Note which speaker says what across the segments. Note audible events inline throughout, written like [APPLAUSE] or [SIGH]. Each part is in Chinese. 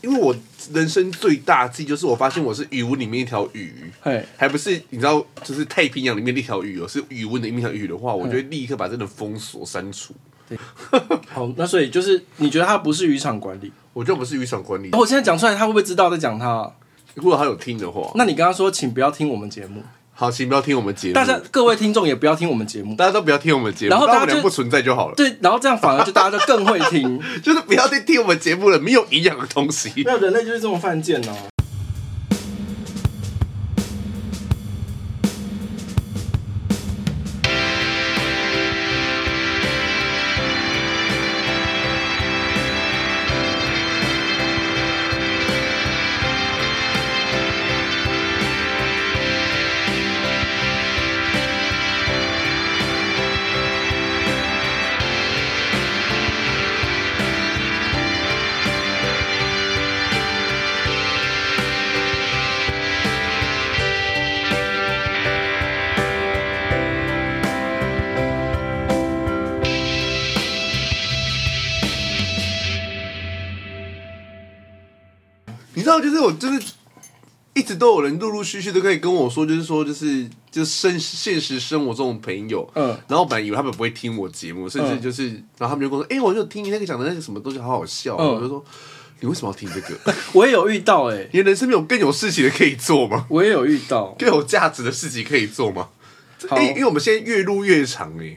Speaker 1: 因为我人生最大忌就是我发现我是语文里面一条鱼，
Speaker 2: 嘿，
Speaker 1: 还不是你知道，就是太平洋里面那条鱼哦，是语文的一条鱼的话，我就会立刻把这种封锁删除。
Speaker 2: 好，那所以就是你觉得他不是渔场管理？
Speaker 1: 我觉得不是渔场管理，
Speaker 2: 我现在讲出来，他会不会知道在讲他啊？
Speaker 1: 如果他有听的话，
Speaker 2: 那你跟他说，请不要听我们节目，
Speaker 1: 好，请不要听我们节目，
Speaker 2: 大家各位听众也不要听我们节目。
Speaker 1: 大家都不要听我们节目，
Speaker 2: 然后大家
Speaker 1: 当我们俩
Speaker 2: 就
Speaker 1: 不存在就好了，
Speaker 2: 对，然后这样反而就大家就更会听。
Speaker 1: 就是不要再听我们节目了，没有营养的东西。
Speaker 2: [LAUGHS] 没有人类就是这么犯贱哦、
Speaker 1: 你知道，就是我就是一直都有人陆陆续续都可以跟我说，就是说，就是就是生现实生活中的朋友，
Speaker 2: 嗯
Speaker 1: 然后我本来以为他们不会听我节目，甚至就是，然后他们就跟我说，哎、我就听你那个讲的那个什么东西，好好笑，
Speaker 2: 嗯
Speaker 1: 我就说。你为什么要听这个？ [LAUGHS]
Speaker 2: 我也有遇到哎、
Speaker 1: 你的人生没有更有事情的可以做吗？ [LAUGHS]
Speaker 2: 我也有遇到。
Speaker 1: 更有价值的事情可以做吗？
Speaker 2: 好
Speaker 1: 哎、因为我们现在越录越长哎、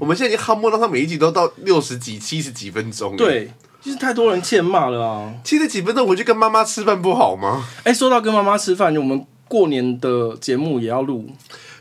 Speaker 1: 我们现在已经哈摸到他每一集都到六十几、七十几分钟、欸。，
Speaker 2: 对，就是太多人欠骂了啊。
Speaker 1: 七十几分钟回去跟妈妈吃饭不好吗？
Speaker 2: 哎、说到跟妈妈吃饭，我们过年的节目也要录，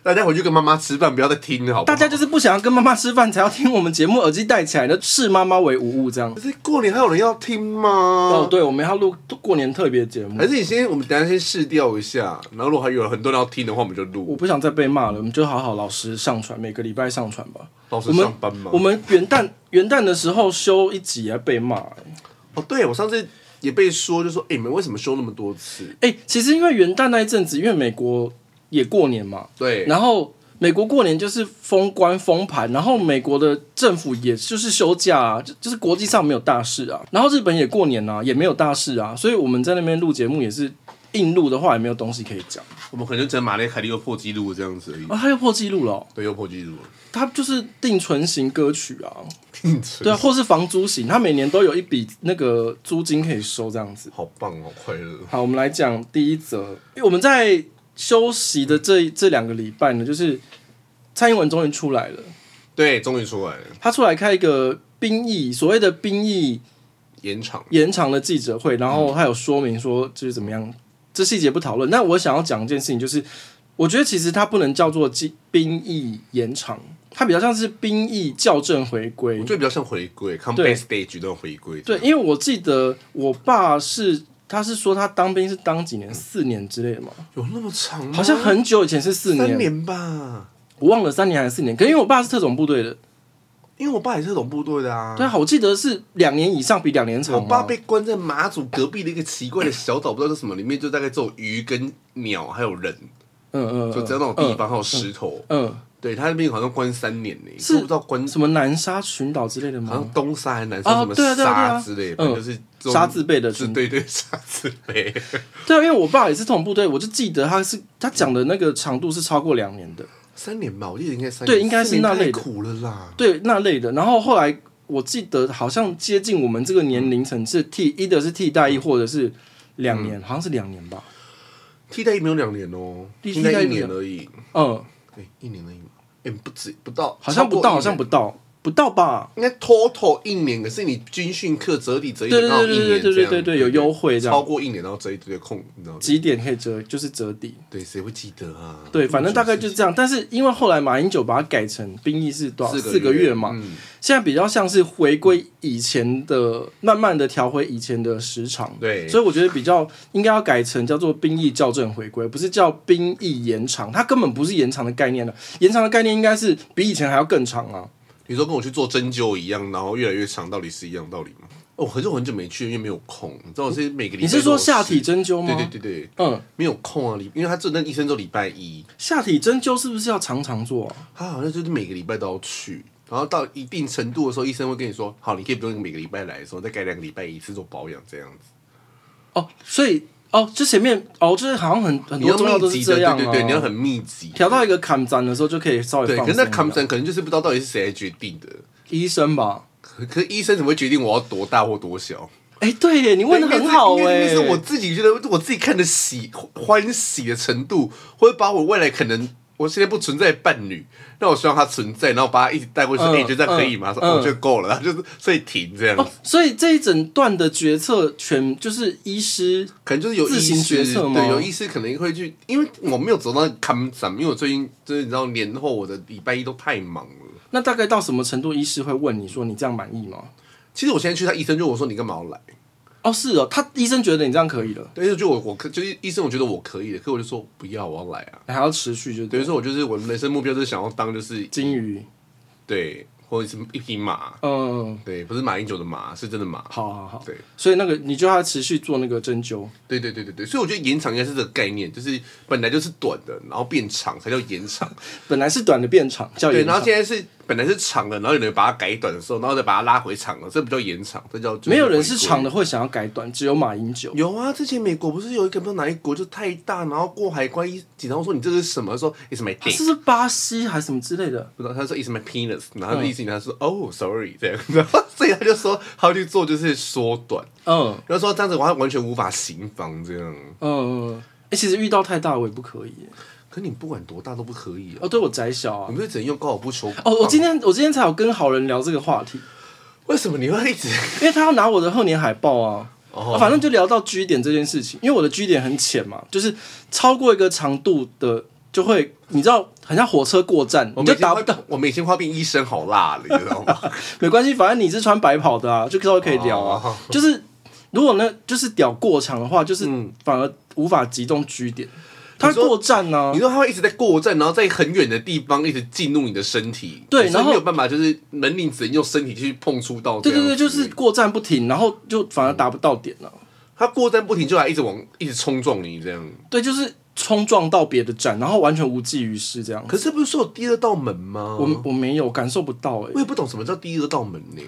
Speaker 1: 大家回去跟妈妈吃饭，不要再听了好不
Speaker 2: 大
Speaker 1: 好？
Speaker 2: 家就是不想要跟妈妈吃饭，才要听我们节目，耳机戴起来的视妈妈为无物这样
Speaker 1: 可。是过年还有人要听吗？
Speaker 2: 哦，对，我们要录过年特别节目
Speaker 1: 还。是你先，我们等一下先试调一下，然后如果还有很多人要听的话，我们就
Speaker 2: 我
Speaker 1: 录。
Speaker 2: 不想再被骂了，我们就好好老实上传，每个礼拜上传吧。
Speaker 1: 老师
Speaker 2: 我们
Speaker 1: 上班吗
Speaker 2: 我？们元旦元旦的时候休一集还被骂、欸，
Speaker 1: 哦，对，我上次也被说，就说，哎、你们为什么休那么多次？
Speaker 2: 哎、其实因为元旦那一阵子，因为美国也过年嘛，
Speaker 1: 对，
Speaker 2: 然后美国过年就是封关封盘，然后美国的政府也就是休假啊，就就是国际上没有大事啊，然后日本也过年啊，也没有大事啊，所以我们在那边录节目也是硬录的话，也没有东西可以讲
Speaker 1: 我们可能就只能马内凯利又破纪录这样子而已。
Speaker 2: 啊，他又破纪录了哦、
Speaker 1: 对，又破纪 [LAUGHS] 录了。
Speaker 2: 他就是定存型歌曲啊，
Speaker 1: 定存
Speaker 2: 对啊，或是房租型，他每年都有一笔那个租金可以收这样子。
Speaker 1: 好棒哦，快乐。
Speaker 2: 好，我们来讲第一则，因为我们在休息的这这两个礼拜呢，就是蔡英文终于出来了，
Speaker 1: 对，终于出来了，
Speaker 2: 他出来开一个兵役，所谓的兵役
Speaker 1: 延长。
Speaker 2: 延长的记者会，然后他有说明说就是怎么样，这细节不讨论。那我想要讲一件事情，就是我觉得其实它不能叫做兵兵役延长，它比较像是兵役校正回归
Speaker 1: 我。觉得比较像回归，come
Speaker 2: 对
Speaker 1: back stage 那种回归。
Speaker 2: 对，，因为我记得我爸是。他是说他当兵是当几年，四年之类的嘛，
Speaker 1: 有那么长吗？
Speaker 2: 好像很久以前是四
Speaker 1: 嗯三
Speaker 2: 年，
Speaker 1: 年吧。
Speaker 2: 我忘了三年还是四年，可能因为我爸是特种部
Speaker 1: 嗯
Speaker 2: 队的，
Speaker 1: 因为我爸也是总部队的啊。
Speaker 2: 对啊，我记得是两年以上比两年长
Speaker 1: 我
Speaker 2: 嘛。
Speaker 1: 爸被关在马祖隔壁的一个奇怪的小岛，不知道是什么，里面就大概只有鱼跟鸟，还有人，
Speaker 2: 嗯嗯，嗯
Speaker 1: 就只有那种地方，还有石头。
Speaker 2: 嗯，
Speaker 1: 对他那边好像关三年呢，
Speaker 2: 是
Speaker 1: 我不知道关
Speaker 2: 嗯什么南沙群岛之类的
Speaker 1: 好
Speaker 2: 吗
Speaker 1: 像？东沙还是南沙
Speaker 2: 哦
Speaker 1: 什么
Speaker 2: 对啊对啊对
Speaker 1: 沙
Speaker 2: 啊
Speaker 1: 之类，
Speaker 2: 嗯
Speaker 1: 反正就是这种
Speaker 2: 沙字辈的
Speaker 1: 是
Speaker 2: 群
Speaker 1: 对对沙字辈。
Speaker 2: [LAUGHS] 对啊，因为我爸也是特种部队，我就记得他是他讲的那个长度是超过两年的，
Speaker 1: 三年吧，我记得应该三年。
Speaker 2: 对应该是
Speaker 1: 四年
Speaker 2: 那类
Speaker 1: 太
Speaker 2: 的
Speaker 1: 苦了啦。
Speaker 2: 对那类的。然后后来我记得好像接近我们这个年龄层是替一的是替代役或者是两
Speaker 1: 嗯
Speaker 2: 年，好像是两年吧。
Speaker 1: 替代役没有两年哦，
Speaker 2: 替
Speaker 1: 替代
Speaker 2: 代
Speaker 1: 一
Speaker 2: 役
Speaker 1: 年而已，
Speaker 2: 嗯，
Speaker 1: 对，一年而已嘛，哎，不止不到，
Speaker 2: 好像不
Speaker 1: 超
Speaker 2: 到，
Speaker 1: 过一
Speaker 2: 好
Speaker 1: 年
Speaker 2: 像不到，不到吧？
Speaker 1: 应该 total 一年，可是你军训课折抵折一点，
Speaker 2: 对对
Speaker 1: 然后
Speaker 2: 对
Speaker 1: 一
Speaker 2: 对
Speaker 1: 年
Speaker 2: 对对
Speaker 1: 这
Speaker 2: 对
Speaker 1: 样
Speaker 2: 对对，有优惠这
Speaker 1: 超
Speaker 2: 样，
Speaker 1: 过一年，然后折一折空，你知道吗？
Speaker 2: 几点可以折就是折抵。
Speaker 1: 对，谁会记得啊？
Speaker 2: 对，反正大概就是这样。但是因为后来马英九把它改成兵役是多少
Speaker 1: 四
Speaker 2: 四个月嘛，
Speaker 1: 嗯，
Speaker 2: 现在比较像是回归以前的，慢慢的调回以前的时长。
Speaker 1: 对
Speaker 2: 所以我觉得比较应该要改成叫做兵役校正回归，不是叫兵役延长，它根本不是延长的概念了。延长的概念应该是比以前还要更长啊。
Speaker 1: 你说跟我去做针灸一样，然后越来越长，到底是一样道理吗？哦我很久很久没去，因为没有空。你知道我是每个礼拜
Speaker 2: 你是
Speaker 1: 都有
Speaker 2: 说下
Speaker 1: 事
Speaker 2: 体？针灸吗？
Speaker 1: 对对对对，
Speaker 2: 嗯，
Speaker 1: 没有空啊，礼因为他只有那医生就礼拜一，
Speaker 2: 下体针灸是不是要常常做啊？
Speaker 1: 他好像就是每个礼拜都要去。然后到一定程度的时候，医生会跟你说：“好，你可以不用每个礼拜来的时候，再改两个礼拜一次做保养，这样子。”
Speaker 2: 哦，所以哦，这前面哦，就是好像很很
Speaker 1: 你
Speaker 2: 多
Speaker 1: 要
Speaker 2: 中药都
Speaker 1: 密
Speaker 2: 是
Speaker 1: 集
Speaker 2: 这
Speaker 1: 的，
Speaker 2: 样、啊，
Speaker 1: 对对对，你要很密集。
Speaker 2: 调到一个砍斩的时候就可以稍微
Speaker 1: 对，
Speaker 2: 放
Speaker 1: 可是
Speaker 2: 松
Speaker 1: 那
Speaker 2: 一点
Speaker 1: consent 可能就是不知道到底是谁来决定的。
Speaker 2: 医生吧？
Speaker 1: 可可是医生怎么会决定我要多大或多小？
Speaker 2: 哎、对耶，你问的
Speaker 1: 对
Speaker 2: 很好
Speaker 1: 因为
Speaker 2: 哎、
Speaker 1: 因为是我自己觉得我自己看的喜欢喜的程度，会把我未来可能我现在不存在伴侣，那我希望他存在，然后把他一直带过去，哎、
Speaker 2: 嗯
Speaker 1: 你觉得这样可以吗？他
Speaker 2: 嗯
Speaker 1: 说、哦我觉得够了，然后就是所以停这样子，
Speaker 2: 哦，所以这一整段的决策权就是医师
Speaker 1: 可能就是有
Speaker 2: 自行
Speaker 1: 意识
Speaker 2: 决策吗
Speaker 1: 对，有意识可能会去，因为我没有走到看展，因为我最近就是你知道年后我的礼拜一都太忙了。
Speaker 2: 那大概到什么程度，医师会问你说你这样满意吗？
Speaker 1: 其实我现在去，他医生就问我说：“你干嘛要来
Speaker 2: 哦，是哦，他医生觉得你这样可以了，？”
Speaker 1: 对，就我我可就是医生，我觉得我可以的，可我就说不要，我要来啊。
Speaker 2: 你还要持续就
Speaker 1: 等
Speaker 2: 对
Speaker 1: 于
Speaker 2: 了。
Speaker 1: 说，我就是我的人生目标就是想要当就是
Speaker 2: 金鱼，
Speaker 1: 对，或者是一匹马，
Speaker 2: 嗯，
Speaker 1: 对，不是马英九的马，是真的马。
Speaker 2: 好好好，
Speaker 1: 对，
Speaker 2: 所以那个你就要持续做那个针灸。
Speaker 1: 对对对对对，所以我觉得延长应该是这个概念，就是本来就是短的，然后变长才叫延长。
Speaker 2: 本来是短的变长，叫
Speaker 1: 对，
Speaker 2: 延
Speaker 1: 然
Speaker 2: 长
Speaker 1: 后现在是本来是长的，然后有人把它改短的时候，然后再把它拉回长了，这不叫延长，这叫就是
Speaker 2: 没有人是
Speaker 1: 回归
Speaker 2: 长的会想要改短，只有马英九。
Speaker 1: 有啊，之前美国不是有一个不知道哪一国就太大，然后过海关一警察说你这是什么？说 It's my
Speaker 2: 啊
Speaker 1: dick，
Speaker 2: 是不是巴西还是什么之类的？
Speaker 1: 不知道他说 It's my penis，然后
Speaker 2: 嗯
Speaker 1: 那意思警察说、哦 sorry 这样， [LAUGHS] 然后所以他就说他要去做就是缩短，
Speaker 2: 嗯
Speaker 1: 然后说这样子我完全无法行房这样。
Speaker 2: 嗯嗯，哎、其实遇到太大我也不可以耶。
Speaker 1: 可你不管多大都不可以啊，
Speaker 2: 哦，对我窄小啊
Speaker 1: 你。不是只能用高尔夫球？
Speaker 2: 哦，我今天我今天才有跟好人聊这个话题，
Speaker 1: 为什么你会一直？
Speaker 2: 因为他要拿我的贺年海报啊。
Speaker 1: 哦
Speaker 2: 啊反正就聊到 G 点这件事情，因为我的 G 点很浅嘛，就是超过一个长度的就会，你知道，很像火车过站，
Speaker 1: 我
Speaker 2: 你就
Speaker 1: 每天
Speaker 2: 达不
Speaker 1: 快
Speaker 2: 到，，
Speaker 1: 我每天快变医生好辣了，你知道吗？
Speaker 2: 没关系，反正你是穿白跑的啊，就稍微可以聊啊。
Speaker 1: 哦
Speaker 2: 就是如果呢，就是屌过长的话，就是
Speaker 1: 嗯
Speaker 2: 反而无法集中 G 点，它会
Speaker 1: 你说
Speaker 2: 过站啊呢、
Speaker 1: 你说他会一直在过站，然后在很远的地方一直进入你的身体，
Speaker 2: 对
Speaker 1: 可是
Speaker 2: 然后
Speaker 1: 没有办法，就是门铃只能用身体去碰触到这
Speaker 2: 对
Speaker 1: 样
Speaker 2: 对
Speaker 1: 子。
Speaker 2: 对，就是过站不停，然后就反而达不到
Speaker 1: 嗯
Speaker 2: 点了、
Speaker 1: 他过站不停，就来一直往一直冲撞你这样。
Speaker 2: 对，就是冲撞到别的站，然后完全无济于事这样。
Speaker 1: 可是不是说有第二道门吗？
Speaker 2: 我我没有感受不到哎、
Speaker 1: 我也不懂什么叫第二道门呢、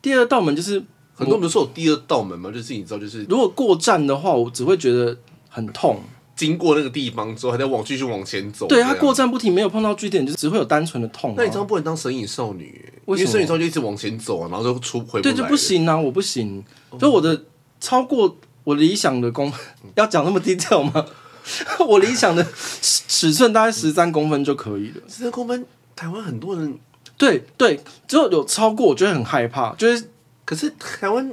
Speaker 2: 第二道门就是，
Speaker 1: 很多人不是说有第二道门吗？就是你知道，就是
Speaker 2: 如果过站的话，我只会觉得很痛。
Speaker 1: 经过那个地方之后，还在往继续往前走。
Speaker 2: 对，
Speaker 1: 他
Speaker 2: 它过站不停，没有碰到据点，就只会有单纯的痛、啊。
Speaker 1: 啊那你这样不能当神隐少女欸、
Speaker 2: 为
Speaker 1: 因为
Speaker 2: 什么
Speaker 1: 神隐少女就一直往前走啊，然后就出回
Speaker 2: 对
Speaker 1: 来
Speaker 2: 就
Speaker 1: 了
Speaker 2: 不。行啊，我不行。就我的超过我理想的公，
Speaker 1: 嗯
Speaker 2: 要讲那么低调吗？ [LAUGHS] 我理想的尺尺寸大概十三公分就可以了。
Speaker 1: 十三公分，台湾很多人，
Speaker 2: 对对，只有有超过，我就会很害怕，就是
Speaker 1: 可是台湾，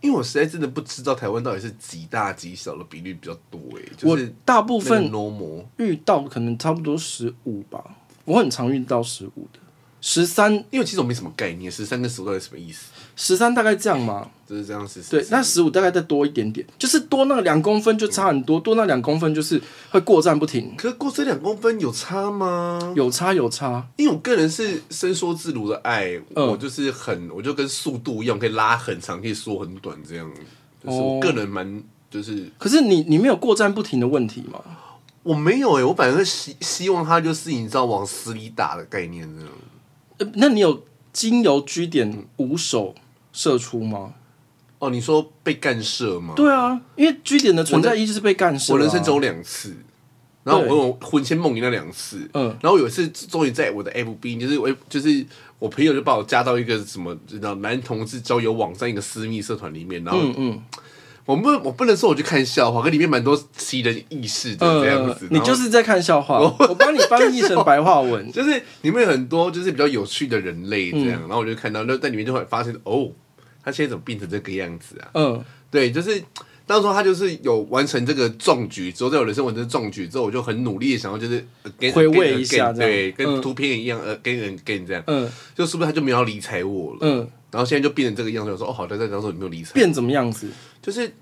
Speaker 1: 因为我实在真的不知道台湾到底是几大几小的比率比较多哎、就
Speaker 2: 我
Speaker 1: 是
Speaker 2: 大部
Speaker 1: 那个
Speaker 2: 分
Speaker 1: normal。
Speaker 2: 遇到可能差不多十五吧，我很常遇到十五的，十三
Speaker 1: 因为其实我没什么概念，十三跟十五到底什么意思？
Speaker 2: 十三大概这样嘛。
Speaker 1: 就是这样是。
Speaker 2: 对，
Speaker 1: 是
Speaker 2: 那十五大概再多一点点，就是多那两公分就差很多，多那两公分就是会过站不停，
Speaker 1: 可是过这两公分有差吗？
Speaker 2: 有差有差。
Speaker 1: 因为我个人是伸缩自如的爱，
Speaker 2: 嗯
Speaker 1: 我就是很，我就跟速度一样，可以拉很长，可以缩很短，这样。就是
Speaker 2: 哦
Speaker 1: 我个人蛮，就是
Speaker 2: 可是你你没有过站不停的问题嘛？
Speaker 1: 我没有哎、我反而希希望它就是你知道往死里打的概念这样。
Speaker 2: 呃那你有经由 G 点五手射出吗？
Speaker 1: 哦，你说被干射吗？
Speaker 2: 对啊，因为 G 点的存在意义就是被干射、啊。
Speaker 1: 我人生只有两次，然后我有魂牵梦萦那两次，
Speaker 2: 嗯
Speaker 1: 然后有一次终于在我的 FB，就是我就是我朋友就把我加到一个什么，你知道男同志交友网站一个私密社团里面，然后
Speaker 2: 嗯嗯
Speaker 1: 我不我不能说我去看笑话，可里面蛮多奇人异事的这样
Speaker 2: 呃
Speaker 1: 子。，
Speaker 2: 你就
Speaker 1: 然后
Speaker 2: 是在看笑话，我帮你翻译成白话
Speaker 1: [LAUGHS]
Speaker 2: 文。
Speaker 1: 就是里面有很多就是比较有趣的人类这
Speaker 2: 嗯
Speaker 1: 样，然后我就看到那在里面就会发现哦，他现在怎么变成这个样子啊？
Speaker 2: 嗯，
Speaker 1: 对，就是当时他就是有完成这个壮举之后，在我人生完成壮举之后，我就很努力的想要就是呃 again,
Speaker 2: 回味一下
Speaker 1: again,
Speaker 2: 这样
Speaker 1: 对，
Speaker 2: 嗯
Speaker 1: 跟图片一样呃 again and again 这样，
Speaker 2: 嗯
Speaker 1: 就是不是他就没有要理睬我了？
Speaker 2: 嗯，
Speaker 1: 然后现在就变成这个样子，我说哦，好的，在当时你没有理睬，
Speaker 2: 变怎么样子？
Speaker 1: 就是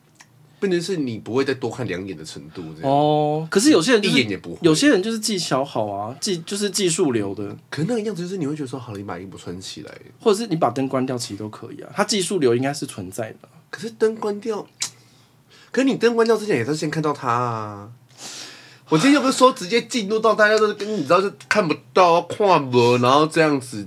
Speaker 1: 变成是你不会再多看两眼的程度这样。
Speaker 2: 哦，可是有些人、就是、
Speaker 1: 一眼也不会
Speaker 2: 有些人就是技巧好啊，技就是技术流的，
Speaker 1: 可能那个样子就是你会觉得说，好了，你把衣服穿起来，
Speaker 2: 或者是你把灯关掉，其实都可以啊。它技术流应该是存在的。
Speaker 1: 可是灯关掉，可是你灯关掉之前也是先看到他啊。我今天又不是说直接进入到大家都是跟你知道就看不到跨不，然后这样子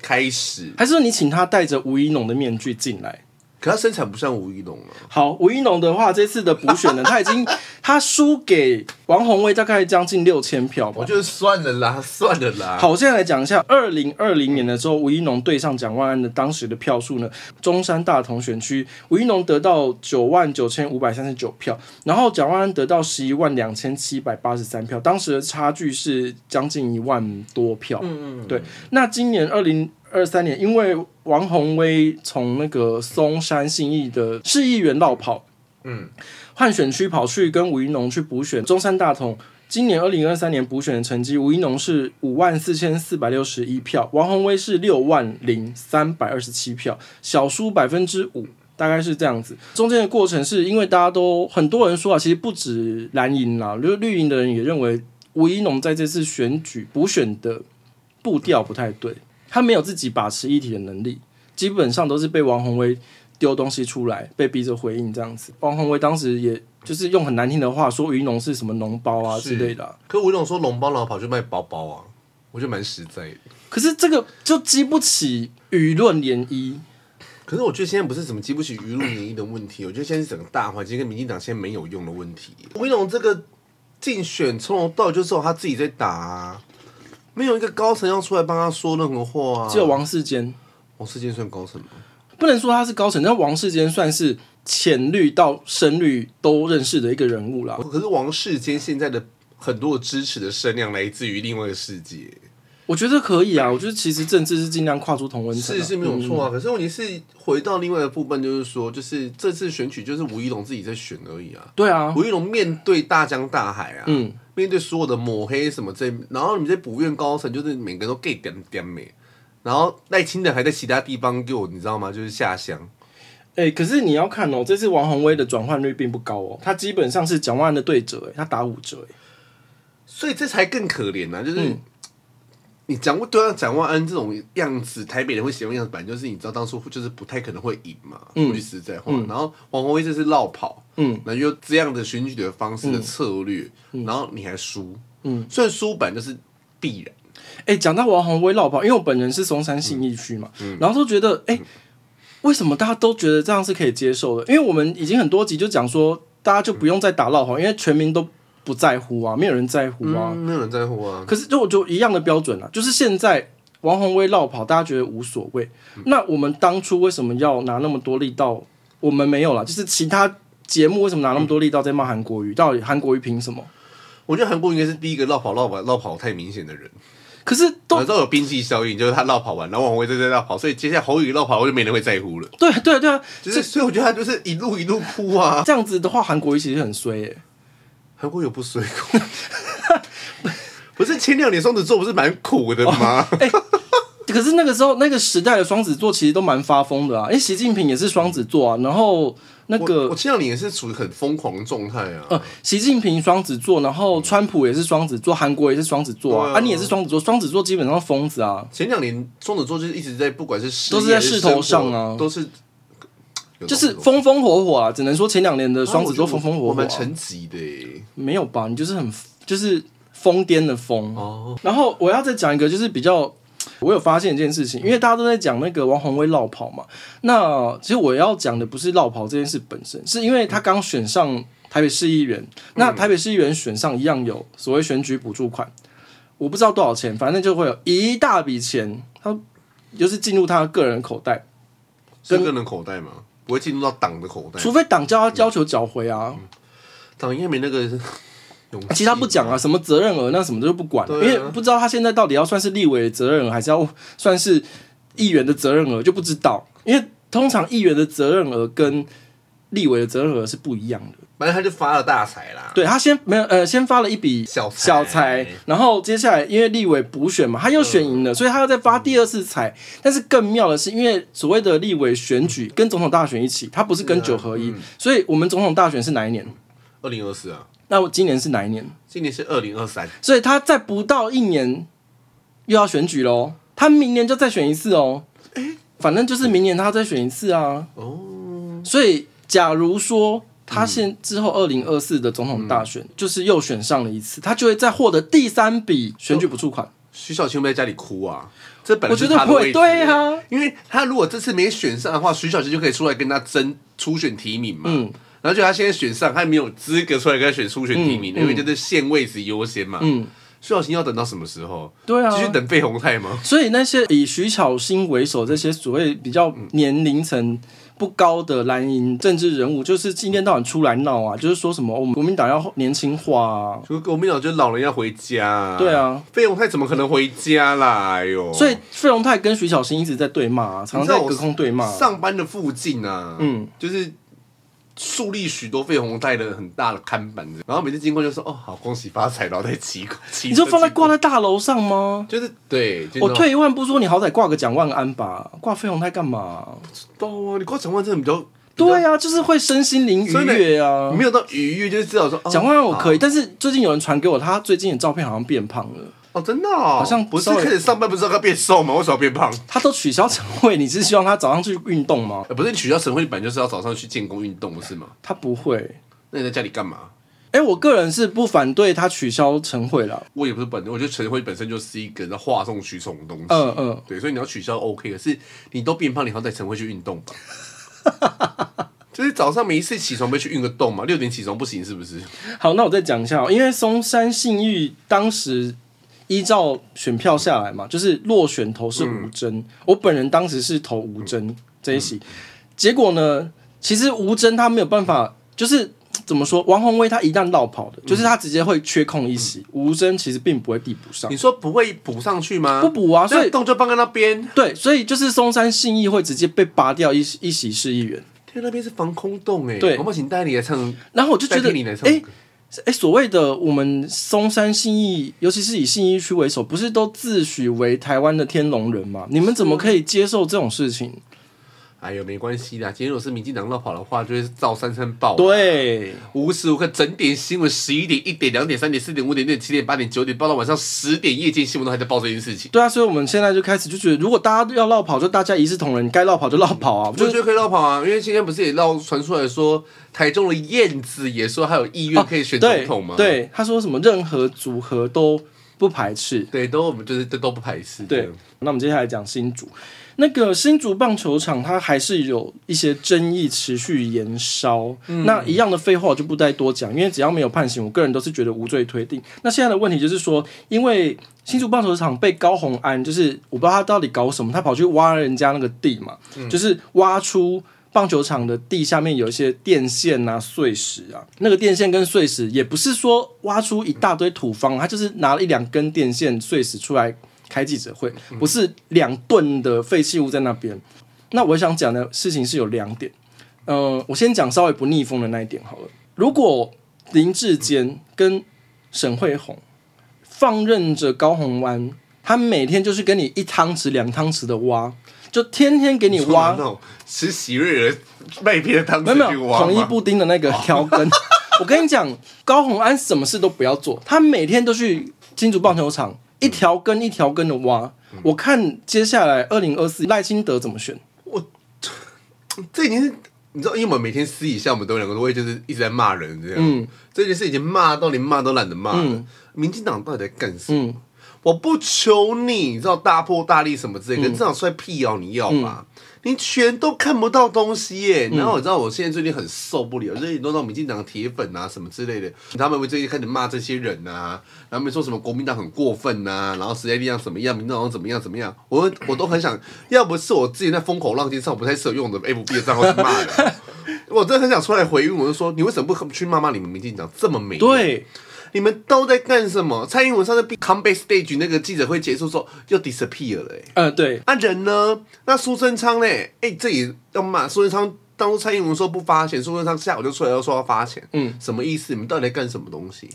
Speaker 1: 开始，
Speaker 2: 还是说你请他戴着吴一农的面具进来，
Speaker 1: 可他身材不像吴一龙啊，
Speaker 2: 好，吴一农的话，这次的补选呢，他已经他输给王宏威大概将近六千票吧
Speaker 1: 我。觉得算了啦，算了啦。
Speaker 2: 好，我现在来讲一下二零二零年的时候，吴一农对上蒋万安的当时的票数呢，中山大同选区吴一农得到九万九千五百三十九票，然后蒋万安得到十一万两千七百八十三票，当时的差距是将近一万多票。嗯嗯，对。那今年二零二三年，因为王宏威从那个松山信义的市议员绕跑，嗯换选区跑去跟吴一农去补选中山大同。今年二零二三年补选的成绩，吴一农是五万四千四百六十一票，王宏威是六万零三百二十七票，小输百分之五。大概是这样子，中间的过程是因为大家都很多人说啊，其实不止蓝营啦，就是绿营的人也认为吴一农在这次选举补选的步调不太对，他没有自己把持议题的能力，基本上都是被王宏威丢东西出来，被逼着回应这样子。王宏威当时也就是用很难听的话说于农是什么脓包啊
Speaker 1: 是
Speaker 2: 之类的啊、
Speaker 1: 可吴一龙说龙包，然后跑去卖包包啊，我觉得蛮实在的。
Speaker 2: 可是这个就激不起舆论涟漪。
Speaker 1: 可是我觉得现在不是什么激不起舆论民意的问题，我觉得现在是整个大环境跟民进党现在没有用的问题。吴一龙这个竞选从头到尾就是有他自己在打、啊，没有一个高层要出来帮他说任何话、啊。
Speaker 2: 只有王世坚，
Speaker 1: 王世坚算高层吗？
Speaker 2: 不能说他是高层，但王世坚算是浅绿到深绿都认识的一个人物啦。
Speaker 1: 可是王世坚现在的很多的支持的声量来自于另外一个世界，
Speaker 2: 我觉得可以啊，我觉得其实政治是尽量跨出同温层、啊。
Speaker 1: 是是没有错啊。可是问题是回到另外一个部分，就是说，就是这次选举就是吴一龙自己在选而已啊。
Speaker 2: 对啊，
Speaker 1: 吴一龙面对大江大海啊，
Speaker 2: 嗯，
Speaker 1: 面对所有的抹黑什么这，然后你这补院高层就是每个都 gay 点点美，然后赖清德还在其他地方给我，你知道吗？就是下乡，
Speaker 2: 哎、可是你要看哦，这次王宏威的转换率并不高哦，他基本上是蒋万安的对折、哎，他打五折、哎
Speaker 1: 所以这才更可怜呐、啊，就是。
Speaker 2: 嗯
Speaker 1: 你蒋对啊，蒋万安这种样子，台北人会喜欢样子，本来就是你知道当初就是不太可能会赢嘛，说句实在话。然后王宏威这是绕跑，
Speaker 2: 嗯，
Speaker 1: 那就这样的选举的方式的策略，然后你还输，
Speaker 2: 嗯，
Speaker 1: 虽然输本来就是必然，
Speaker 2: 哎、讲到王宏威绕跑，因为我本人是松山信义区嘛，然后都觉得，哎、为什么大家都觉得这样是可以接受的？因为我们已经很多集就讲说，大家就不用再打绕跑，因为全民都不在乎啊，没有人在乎啊。
Speaker 1: 嗯，没有人在乎啊。
Speaker 2: 可是就就一样的标准啊，就是现在王宏威绕跑，大家觉得无所谓。那我们当初为什么要拿那么多力道？我们没有啦，就是其他节目为什么拿那么多力道在骂韩国瑜？到底韩国瑜凭什么？
Speaker 1: 我觉得韩国应该是第一个绕跑绕跑绕跑太明显的人，
Speaker 2: 可是都
Speaker 1: 然后有边际效应，就是他绕跑完，然后王宏威在这绕跑，所以接下来侯友宜绕跑，我就没人会在乎了。
Speaker 2: 对对对啊，
Speaker 1: 就是，所以我觉得他就是一路一路哭
Speaker 2: [LAUGHS]
Speaker 1: 啊。
Speaker 2: 这样子的话，韩国瑜其实很衰诶、
Speaker 1: 韩国有不水过？不是前两年双子座不是蛮苦的
Speaker 2: [LAUGHS]
Speaker 1: 吗？
Speaker 2: 可是那个时候那个时代的双子座其实都蛮发疯的啊，因为习近平也是双子座啊，然后那
Speaker 1: 我我
Speaker 2: 个
Speaker 1: 前两年也是处于很疯狂的状态啊。
Speaker 2: 呃，习近平双子座，然后川普也是双子座，韩国也是双子座啊，
Speaker 1: 对啊
Speaker 2: 啊你也是双子座，双子座基本上疯子啊，
Speaker 1: 前两年双子座就是一直在不管是事业
Speaker 2: 都是在
Speaker 1: 还
Speaker 2: 势头
Speaker 1: 生活
Speaker 2: 上啊
Speaker 1: 都是哦有
Speaker 2: 就是
Speaker 1: 种
Speaker 2: 风风火火啊，只能说前两年的双子座
Speaker 1: 啊我觉
Speaker 2: 风
Speaker 1: 得
Speaker 2: 风火
Speaker 1: 我
Speaker 2: 火、
Speaker 1: 蛮
Speaker 2: 啊，
Speaker 1: 沉寂的耶。
Speaker 2: 没有吧？你就是很就是疯癫的疯
Speaker 1: 哦，
Speaker 2: 然后我要再讲一个，就是比较，我有发现一件事情，因为大家都在讲那个王宏威绕跑嘛。那其实我要讲的不是绕跑这件事本身，是因为他刚选上台北市议员，
Speaker 1: 嗯
Speaker 2: 那台北市议员选上一样有所谓选举补助款，我不知道多少钱，反正就会有一大笔钱，他就是进入他个人口袋，
Speaker 1: 是个人口袋吗？不会进入到党的口袋，
Speaker 2: 除非党叫他要求缴回啊。
Speaker 1: 党应该没那个 [LAUGHS] 勇气。
Speaker 2: 其他不讲啊，，什么责任额那什么的就不管了，
Speaker 1: 对啊
Speaker 2: 因为不知道他现在到底要算是立委的责任额，还是要算是议员的责任额，就不知道。因为通常议员的责任额跟立委的责任额是不一样的。
Speaker 1: 反正他就发了大财啦。
Speaker 2: 对他先没有呃，先发了一笔
Speaker 1: 小财
Speaker 2: 小财，然后接下来因为立委补选嘛，他又选
Speaker 1: 嗯
Speaker 2: 赢了，所以他要再发第二次财。但是更妙的是，因为所谓的立委选
Speaker 1: 嗯
Speaker 2: 举跟总统大选一起，它不是
Speaker 1: 啊
Speaker 2: 跟九合一，所以我们总统大选是哪一年？
Speaker 1: 二零二四啊，
Speaker 2: 那我今年是哪一年？
Speaker 1: 今年是二零二三，
Speaker 2: 所以他在不到一年又要选举喽，他明年就再选一次哦。反正就是明年他再选一次啊。哦，所以假如说他现之后二零二四的总统大选、就是又选上了一次，他就会再获得第三笔选举补助款。
Speaker 1: 徐小清会不会在家里哭啊？这本来
Speaker 2: 我
Speaker 1: 就是
Speaker 2: 觉得
Speaker 1: 他的
Speaker 2: 不
Speaker 1: 位
Speaker 2: 会，
Speaker 1: 置
Speaker 2: 对啊，
Speaker 1: 因为他如果这次没选上的话，徐小清就可以出来跟他争初选提名嘛。
Speaker 2: 嗯
Speaker 1: 然后就他现在选上，他也没有资格出来跟他选初选提名，
Speaker 2: 嗯
Speaker 1: 因为就是现位置优先嘛。
Speaker 2: 嗯
Speaker 1: 徐小清要等到什么时候？
Speaker 2: 对啊
Speaker 1: 继续等费鸿泰吗？ [LAUGHS]
Speaker 2: 所以那些以徐巧芯为首这些所谓比较年龄层不高的蓝营政治人物，就是今天到晚出来闹啊，就是说什么、哦我们国民党要年轻化啊。
Speaker 1: 就国民党就老人要回家。
Speaker 2: 对啊，
Speaker 1: 费鸿泰怎么可能回家啦？哎呦，
Speaker 2: 所以费荣泰跟徐巧芯一直在对骂、啊，常常在隔空对骂、
Speaker 1: 上班的附近啊，嗯
Speaker 2: 嗯，
Speaker 1: 就是树立许多费鸿泰的很大的看板，然后每次经过就说哦，好恭喜发财，然后再骑骑，
Speaker 2: [LAUGHS] 你就放在挂，在大楼上吗？
Speaker 1: 就是对，就是那
Speaker 2: 我
Speaker 1: 种
Speaker 2: 退一万步说，你好歹挂个蒋万安吧，挂费鸿泰干嘛、
Speaker 1: 到啊，你挂蒋万真的比较，
Speaker 2: 对啊，就是会身心灵愉
Speaker 1: 所以呢
Speaker 2: 悦啊
Speaker 1: 你。没有到愉悦，就是知道说哦
Speaker 2: 蒋万安我可以，
Speaker 1: 好
Speaker 2: 但是最近有人传给我，他最近的照片好像变胖了。
Speaker 1: 哦，真的哦，
Speaker 2: 好像
Speaker 1: 不是
Speaker 2: 稍微
Speaker 1: 开始上班不是要变瘦吗？为什么要变
Speaker 2: [LAUGHS]
Speaker 1: 胖？
Speaker 2: 他都取消晨会，你是希望他早上去运动吗？
Speaker 1: 呃不是你取消晨会，你本来就是要早上去建功运动，不是吗？
Speaker 2: 他不会。
Speaker 1: 那你在家里干嘛？
Speaker 2: 哎、我个人是不反对他取消晨会啦。
Speaker 1: 我也不是本，我觉得晨会本身就是一个在哗众取宠的东西，
Speaker 2: 嗯嗯
Speaker 1: 对，所以你要取消 OK，可是你都变胖，你还要在晨会去运动吧？
Speaker 2: [LAUGHS]
Speaker 1: 就是早上每一次起床不会去运个动嘛？六点起床不行是不是？
Speaker 2: 好，那我再讲一下、哦，因为松山信义当时依照选票下来嘛，就是落选投是吴征，
Speaker 1: 嗯
Speaker 2: 我本人当时是投吴征这一席，结果呢，其实吴征他没有办法，就是。怎么说？王宏威他一旦落跑的，
Speaker 1: 嗯
Speaker 2: 就是他直接会缺空一席。吴征其实并不会递补上
Speaker 1: 你，说不会补上去吗？
Speaker 2: 不补啊所以
Speaker 1: 那动就放在那边。
Speaker 2: 对，所以就是松山信义会直接被拔掉一一席市议员。
Speaker 1: 天，那边是防空洞哎、
Speaker 2: 对
Speaker 1: 我们请代理来唱，
Speaker 2: 然后我就觉
Speaker 1: 代
Speaker 2: 得
Speaker 1: 替你来，唱
Speaker 2: 哎哎，所谓的我们松山信义，尤其是以信义区为首，不是都自诩为台湾的天龙人吗？你们怎么可以接受这种事情？
Speaker 1: 哎呦，没关系啦。今天如果是民进党绕跑的话，就会照三三报。，啊
Speaker 2: 对，
Speaker 1: 无时无刻整点新闻，十一点、一点、两点、三点、四点、五点、六点、七点、八点、九点，报到晚上十点，夜间新闻都还在报这件事情。
Speaker 2: 对啊，所以我们现在就开始就觉得，如果大家要绕跑，就大家一视同仁，该绕跑就绕跑啊。
Speaker 1: 我
Speaker 2: 就
Speaker 1: 觉得可以绕跑啊，因为今天不是也绕传出来说，台中的燕子也说她有意愿可以选总统吗？
Speaker 2: 哦对对，他说什么任何组合都不排斥。
Speaker 1: 对，都我们就是都都不排斥。
Speaker 2: 对，那我们接下来讲新竹。那个新竹棒球场，它还是有一些争议持续延烧。那一样的废话我就不再多讲，因为只要没有判刑，我个人都是觉得无罪推定。那现在的问题就是说，因为新竹棒球场被高鸿安，就是我不知道他到底搞什么，他跑去挖人家那个地嘛，就是挖出棒球场的地下面有一些电线啊、碎石啊，那个电线跟碎石也不是说挖出一大堆土方，他就是拿了一两根电线碎石出来开记者会，不是两吨的废弃物在那边。那我想讲的事情是有两点，呃，我先讲稍微不逆风的那一点好了。如果林志坚跟沈惠红放任着高虹安，他每天就是跟你一汤匙、两汤匙的挖，就天天给你挖
Speaker 1: 哇，那，种吃喜瑞的麦片的汤
Speaker 2: 没
Speaker 1: 汁
Speaker 2: 有没
Speaker 1: 去
Speaker 2: 有，
Speaker 1: 挖
Speaker 2: 统一
Speaker 1: 吗？
Speaker 2: 布丁的那个挑根。我跟你讲，高洪安什么事都不要做，他每天都去金竹棒球场一条根一条根的挖。我看接下来二零二四赖清德怎么选？
Speaker 1: 这已经是你知道，因为我们每天私底下我们都有两个都会就是一直在骂人这样，
Speaker 2: 嗯
Speaker 1: 这件事已经骂到连骂都懒得骂了。民进党到底在干什么？
Speaker 2: 嗯，
Speaker 1: 我不求你，你知道大破大立什么之类，可是这场出来辟谣哦你要吧？你全都看不到东西耶。然后你知道我现在最近很受不了，就是很多那种民进党的铁粉啊什么之类的，他们会最近开始骂这些人啊，然后他们说什么国民党很过分呐、然后时代力量怎么样，民进党怎么样怎么样，我我都很想，要不是我自己在风口浪尖上，我不太适合用我的 FB 的账号去骂人。我真的很想出来回应，我就说你为什么不去骂骂你们民进党这么没用？
Speaker 2: 对，
Speaker 1: 你们都在干什么？蔡英文上次 come back stage 那个记者会结束之后又 disappear 了、欸，
Speaker 2: 呃，对，
Speaker 1: 啊人呢？那苏贞昌嘞？哎、这也要骂苏贞昌。当初蔡英文说不发钱，苏贞昌下午就出来要说要发钱，嗯，什么意思？你们到底在干什么东西？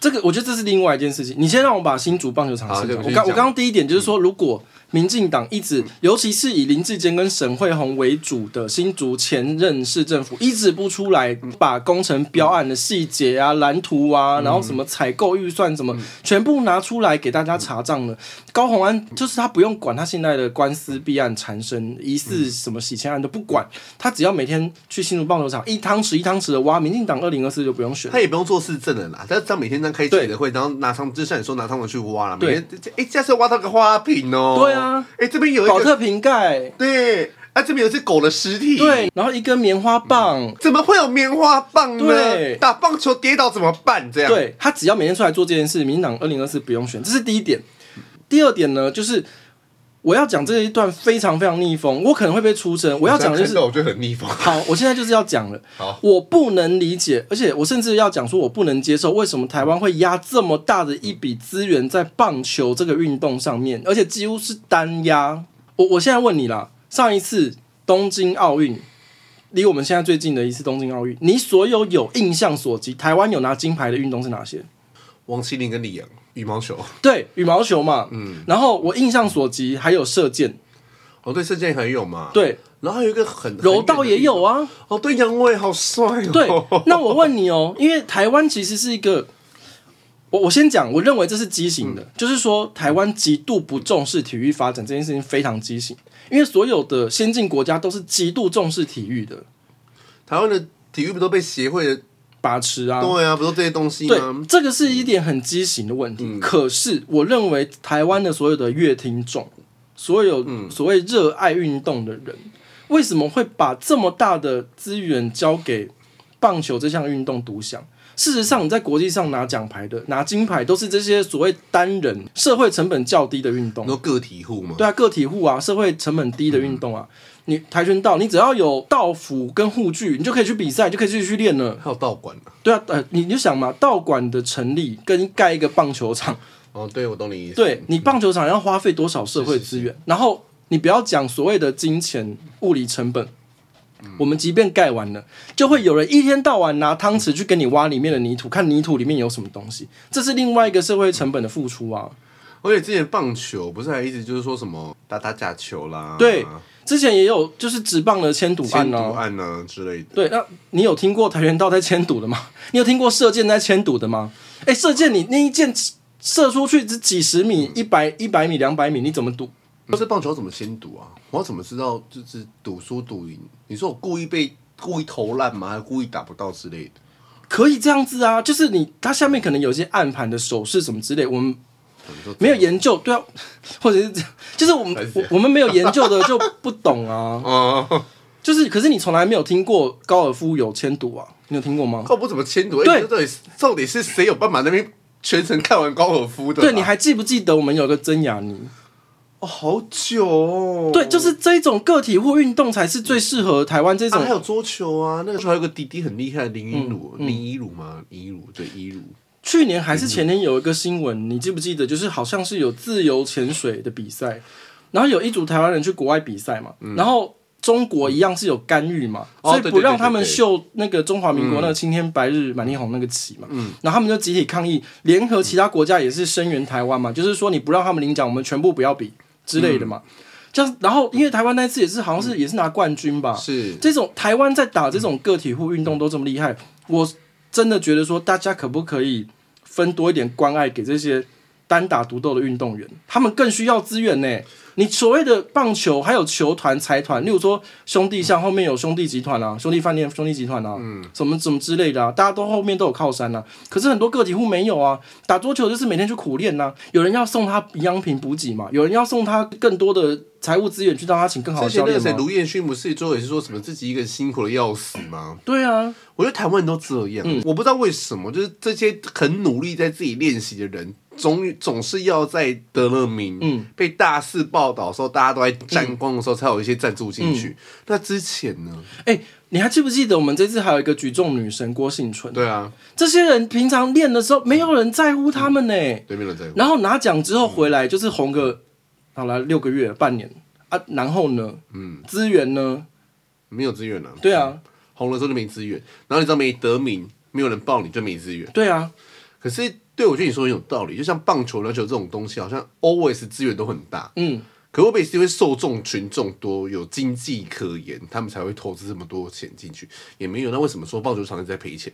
Speaker 2: 这个我觉得这是另外一件事情。你先让我把新竹棒球场的事
Speaker 1: 好对
Speaker 2: 情讲。
Speaker 1: 我
Speaker 2: 我
Speaker 1: 先
Speaker 2: 刚我
Speaker 1: 讲
Speaker 2: 刚刚第一点就是说，如果民进党一直，尤其是以林志坚跟沈惠宏为主的新竹前任市政府，
Speaker 1: 嗯
Speaker 2: 一直不出来把工程标案的细节啊、蓝图啊，然后什么采购预算什
Speaker 1: 嗯
Speaker 2: 么，全部拿出来给大家查账了。高鸿
Speaker 1: 嗯
Speaker 2: 安就是他不用管他现在的官司弊案缠身，疑
Speaker 1: 嗯
Speaker 2: 似什么洗钱案都不管，他只要每天去新竹棒球场一汤匙一汤匙的挖，民进党二零二四就不用选。
Speaker 1: 他也不用做市政了啦，他他每天这样开记者会，然后拿上，就像你说拿上的去挖了，每天哎、下次挖到个花瓶哦、
Speaker 2: 对啊，
Speaker 1: 哎、这边有一
Speaker 2: 保
Speaker 1: 个，
Speaker 2: 特瓶盖，
Speaker 1: 对，啊这边有一只狗的尸体，，
Speaker 2: 对，然后一根棉花棒，
Speaker 1: 怎么会有棉花棒呢
Speaker 2: 对？
Speaker 1: 打棒球跌倒怎么办？这样，
Speaker 2: 对他只要每天出来做这件事，民进党二零二四不用选，这是第一点。第二点呢，就是我要讲这一段非常非常逆风，我可能会被出征。我要讲的
Speaker 1: 这样
Speaker 2: 就
Speaker 1: 看
Speaker 2: 是
Speaker 1: 到，我觉得很逆风。 [LAUGHS]
Speaker 2: 好，我现在就是要讲了。
Speaker 1: 好，
Speaker 2: 我不能理解，而且我甚至要讲说，我不能接受为什么台湾会压这么大的一笔资源在棒球这个运动上面，而且几乎是单压。我我现在问你啦，上一次东京奥运，离我们现在最近的一次东京奥运，你所有有印象所及，台湾有拿金牌的运动是哪些？
Speaker 1: 王麒麟跟李阳羽毛球，
Speaker 2: 对，羽毛球嘛，嗯，然后我印象所及还有射箭，
Speaker 1: 哦对，射箭很有嘛，，
Speaker 2: 对，
Speaker 1: 然后还有一个很
Speaker 2: 柔道也，有啊，
Speaker 1: 很哦对，杨伟好帅哦，
Speaker 2: [LAUGHS] 对，那我问你哦，因为台湾其实是一个，我我先讲，我认为这是畸形的，就是说台湾极度不重视体育发展这件事情非常畸形，因为所有的先进国家都是极度重视体育的，
Speaker 1: [LAUGHS] 台湾的体育不都被协会的
Speaker 2: 把持啊，
Speaker 1: 对啊，不都这些东西
Speaker 2: 对
Speaker 1: 吗？，
Speaker 2: 这个是一点很畸形的问题。可是我认为台湾的所有的乐听众，所有所谓热爱运动的人，为什么会把这么大的资源交给棒球这项运动独享？事实上，你在国际上拿奖牌的、拿金牌，都是这些所谓单人、社会成本较低的运动
Speaker 1: 很。多个体户嘛，
Speaker 2: 对啊，个体户啊，社会成本低的运动啊，你跆拳道，你只要有道服跟护具，你就可以去比赛，你就可以继续去练了。
Speaker 1: 还有道馆啊
Speaker 2: 对啊，呃，你你就想嘛，道馆的成立跟盖一个棒球场，
Speaker 1: 哦，对，我懂你意思。
Speaker 2: 对你棒球场要花费多少社会资源？然后你不要讲所谓的金钱、物理成本，我们即便盖完了，就会有人一天到晚拿汤匙去跟你挖里面的泥土，看泥土里面有什么东西，这是另外一个社会成本的付出啊。
Speaker 1: 而且之前棒球不是还一直就是说什么打打假球啦，啊
Speaker 2: 对，之前也有就是职棒的迁啊赌
Speaker 1: 迁
Speaker 2: 案
Speaker 1: 毒
Speaker 2: 哦、
Speaker 1: 案啊之类的。
Speaker 2: 对，那你有听过跆拳道在牵赌的吗？ [LAUGHS] 你有听过射箭在牵赌的吗？哎、射箭你那一箭射出去只几十米、一百、一百米、两百米，你怎么赌？
Speaker 1: 不是棒球要怎么先赌啊？我要怎么知道就是赌输赌赢？你说我故意被故意投烂吗？还是故意打不到之类的？
Speaker 2: 可以这样子啊，就是你它下面可能有一些暗盘的手势什么之类，我们
Speaker 1: 你说
Speaker 2: 没有研究，对啊， [LAUGHS] 或者是这样，就是我
Speaker 1: 烦
Speaker 2: 们
Speaker 1: 死
Speaker 2: 我
Speaker 1: 了。
Speaker 2: 我们没有研究的就不懂啊 [LAUGHS]
Speaker 1: 啊？
Speaker 2: 就是，可是你从来没有听过高尔夫有牵赌啊？你有听过吗？
Speaker 1: 靠不怎么牵赌？哎
Speaker 2: 对
Speaker 1: 你说到底是到底是谁有办法那边全程看完高尔夫的啊？
Speaker 2: 对，你还记不记得我们有个曾雅妮？
Speaker 1: 哦好久哦。
Speaker 2: 对，就是这种个体户运动才是最适合台湾这
Speaker 1: 啊，
Speaker 2: 种嗯
Speaker 1: 还有桌球啊，那个时候还有个弟弟很厉害，林一鲁，林一鲁吗？林一鲁对一鲁，
Speaker 2: 去年还是前年有一个新闻，你记不记得？就是好像是有自由潜水的比赛，然后有一组台湾人去国外比赛嘛，然后中国一样是有干预嘛，
Speaker 1: 嗯哦
Speaker 2: 所以
Speaker 1: 对
Speaker 2: 不
Speaker 1: 对
Speaker 2: 让
Speaker 1: 对
Speaker 2: 他们
Speaker 1: 对嗯
Speaker 2: 秀那个中华民国那个青天白日满天红那个旗嘛，然后他们就集体抗议，联合其他国家也是声援台湾嘛，就是说你不让他们领奖，我们全部不要比之类的嘛。
Speaker 1: 嗯
Speaker 2: 这样，然后因为台湾那一次也是好像是、也是拿冠军吧，
Speaker 1: 是
Speaker 2: 这种台湾在打这种个体户运动都这么厉害，我真的觉得说，大家可不可以分多一点关爱给这些单打独斗的运动员？他们更需要资源呢。你所谓的棒球，还有球团、财团，例如说兄弟像后面有兄弟集团啊、兄弟饭店、兄弟集团啊，什么什么之类的啊，大家都后面都有靠山啊。可是很多个体户没有啊。打桌球就是每天去苦练呐、啊有人要送他营养品补给嘛，有人要送他更多的财务资源去让他请更好的
Speaker 1: 之前
Speaker 2: 教
Speaker 1: 那个
Speaker 2: 练
Speaker 1: 谁
Speaker 2: 嘛。
Speaker 1: 卢彦勋不是最后也是说什么自己一个人辛苦的要死吗？
Speaker 2: 对啊，
Speaker 1: 我觉得台湾人都这样，我不知道为什么，就是这些很努力在自己练习的人，终于总是要在得了名，嗯，被大肆报道的时候，大家都在沾光的时候，才有一些赞助进去。那之前呢？
Speaker 2: 哎、你还记不记得我们这次还有一个举重女神郭幸存？
Speaker 1: 对啊，
Speaker 2: 这些人平常练的时候，没有人在乎他们呢、
Speaker 1: 对面人在乎，
Speaker 2: 然后拿奖之后回来，就是红个好了六个月、半年啊，然后呢，嗯，资源呢？
Speaker 1: 没有资源了、
Speaker 2: 对啊，
Speaker 1: 红了之后就没资源，然后你知道没得名，没有人报你就没资源。
Speaker 2: 对啊，
Speaker 1: 可是对我觉得你说的很有道理，就像棒球、篮球这种东西，好像 always 资源都很大，
Speaker 2: 嗯，
Speaker 1: 可会不会是因为受众群众多，有经济可言，他们才会投资这么多钱进去？也没有，那为什么说棒球场一直在赔钱？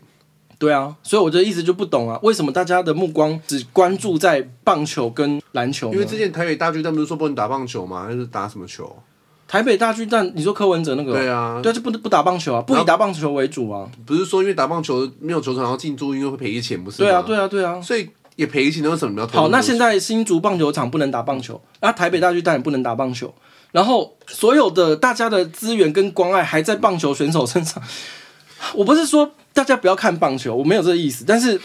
Speaker 2: 对啊，所以我就一直就不懂啊，为什么大家的目光只关注在棒球跟篮球呢？
Speaker 1: 因为之前台北大巨蛋不是说不能打棒球吗？那是打什么球？
Speaker 2: 台北大巨蛋，你说柯文哲那个，
Speaker 1: 对啊
Speaker 2: 对啊，就不不打棒球啊，不以打棒球为主啊，
Speaker 1: 不是说因为打棒球没有球场要进驻，因为会赔钱，不是吗？
Speaker 2: 对啊，对啊，对啊。
Speaker 1: 所以也赔钱，那为什么你要投入？
Speaker 2: 好，那现在新竹棒球场不能打棒球，那、台北大巨蛋也不能打棒球，然后所有的大家的资源跟关爱还在棒球选手身上。 [LAUGHS] 我不是说大家不要看棒球，我没有这个意思，但是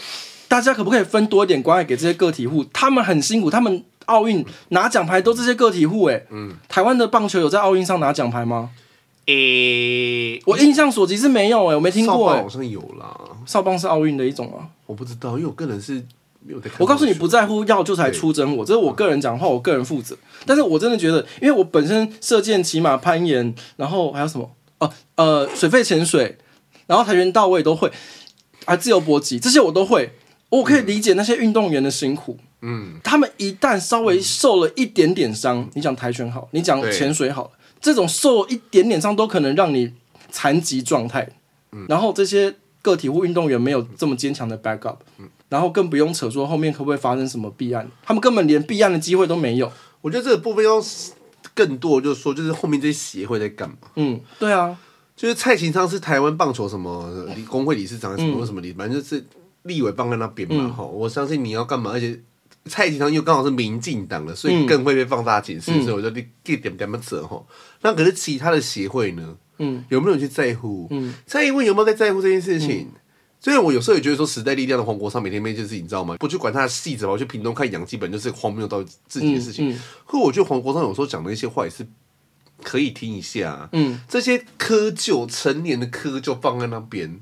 Speaker 2: 大家可不可以分多一点关爱给这些个体户？他们很辛苦，他们奥运拿奖牌都这些个体户、欸，嗯，台湾的棒球有在奥运上拿奖牌吗？
Speaker 1: 诶、
Speaker 2: 我印象所及是没有、欸，我没听过、
Speaker 1: 少棒
Speaker 2: 欸
Speaker 1: 好，像有啦，
Speaker 2: 少棒是奥运的一种啊。
Speaker 1: 我不知道，因为我个人是没有在看。
Speaker 2: 我告诉你，不，在乎要就才出征我，这是我个人讲话，我个人负责。但是我真的觉得，因为我本身射箭、骑马、攀岩，然后还有什么？哦、呃，水肺潜水，然后跆拳道我也都会，啊，自由搏击这些我都会。我可以理解那些运动员的辛苦，
Speaker 1: 嗯，
Speaker 2: 他们一旦稍微受了一点点伤，你讲跆拳好，你讲
Speaker 1: 对
Speaker 2: 潜水好了，这种受一点点伤都可能让你残疾状态。
Speaker 1: 嗯
Speaker 2: 然后这些个体户运动员没有这么坚强的 backup，然后更不用扯说后面可不会发生什么弊案，他们根本连避案的机会都没有。
Speaker 1: 我觉得这个部分要更多，就是说，就是后面这些协会在干嘛？
Speaker 2: 嗯，对啊，
Speaker 1: 就是蔡琴昌是台湾棒球什么理工会理事长，什么什么理，反正就是立委放在那边嘛。哈、我相信你要干嘛，而且蔡琴昌又刚好是民进党的，所以更会被放大解释。所以我就一点点么扯哈。那可是其他的协会呢？
Speaker 2: 嗯，
Speaker 1: 有没有去在乎？嗯，蔡英文有没有在在乎这件事情？
Speaker 2: 嗯
Speaker 1: 虽然我有时候也觉得说时代力量的黄国昌每天被这件事情，你知道吗？不去管他的细则吧，我去屏东看养鸡本就是荒谬到自己的事情。
Speaker 2: 嗯嗯
Speaker 1: 可我觉得黄国昌有时候讲的一些话也是可以听一下、啊。
Speaker 2: 嗯，
Speaker 1: 这些窠臼，成年的窠臼放在那边，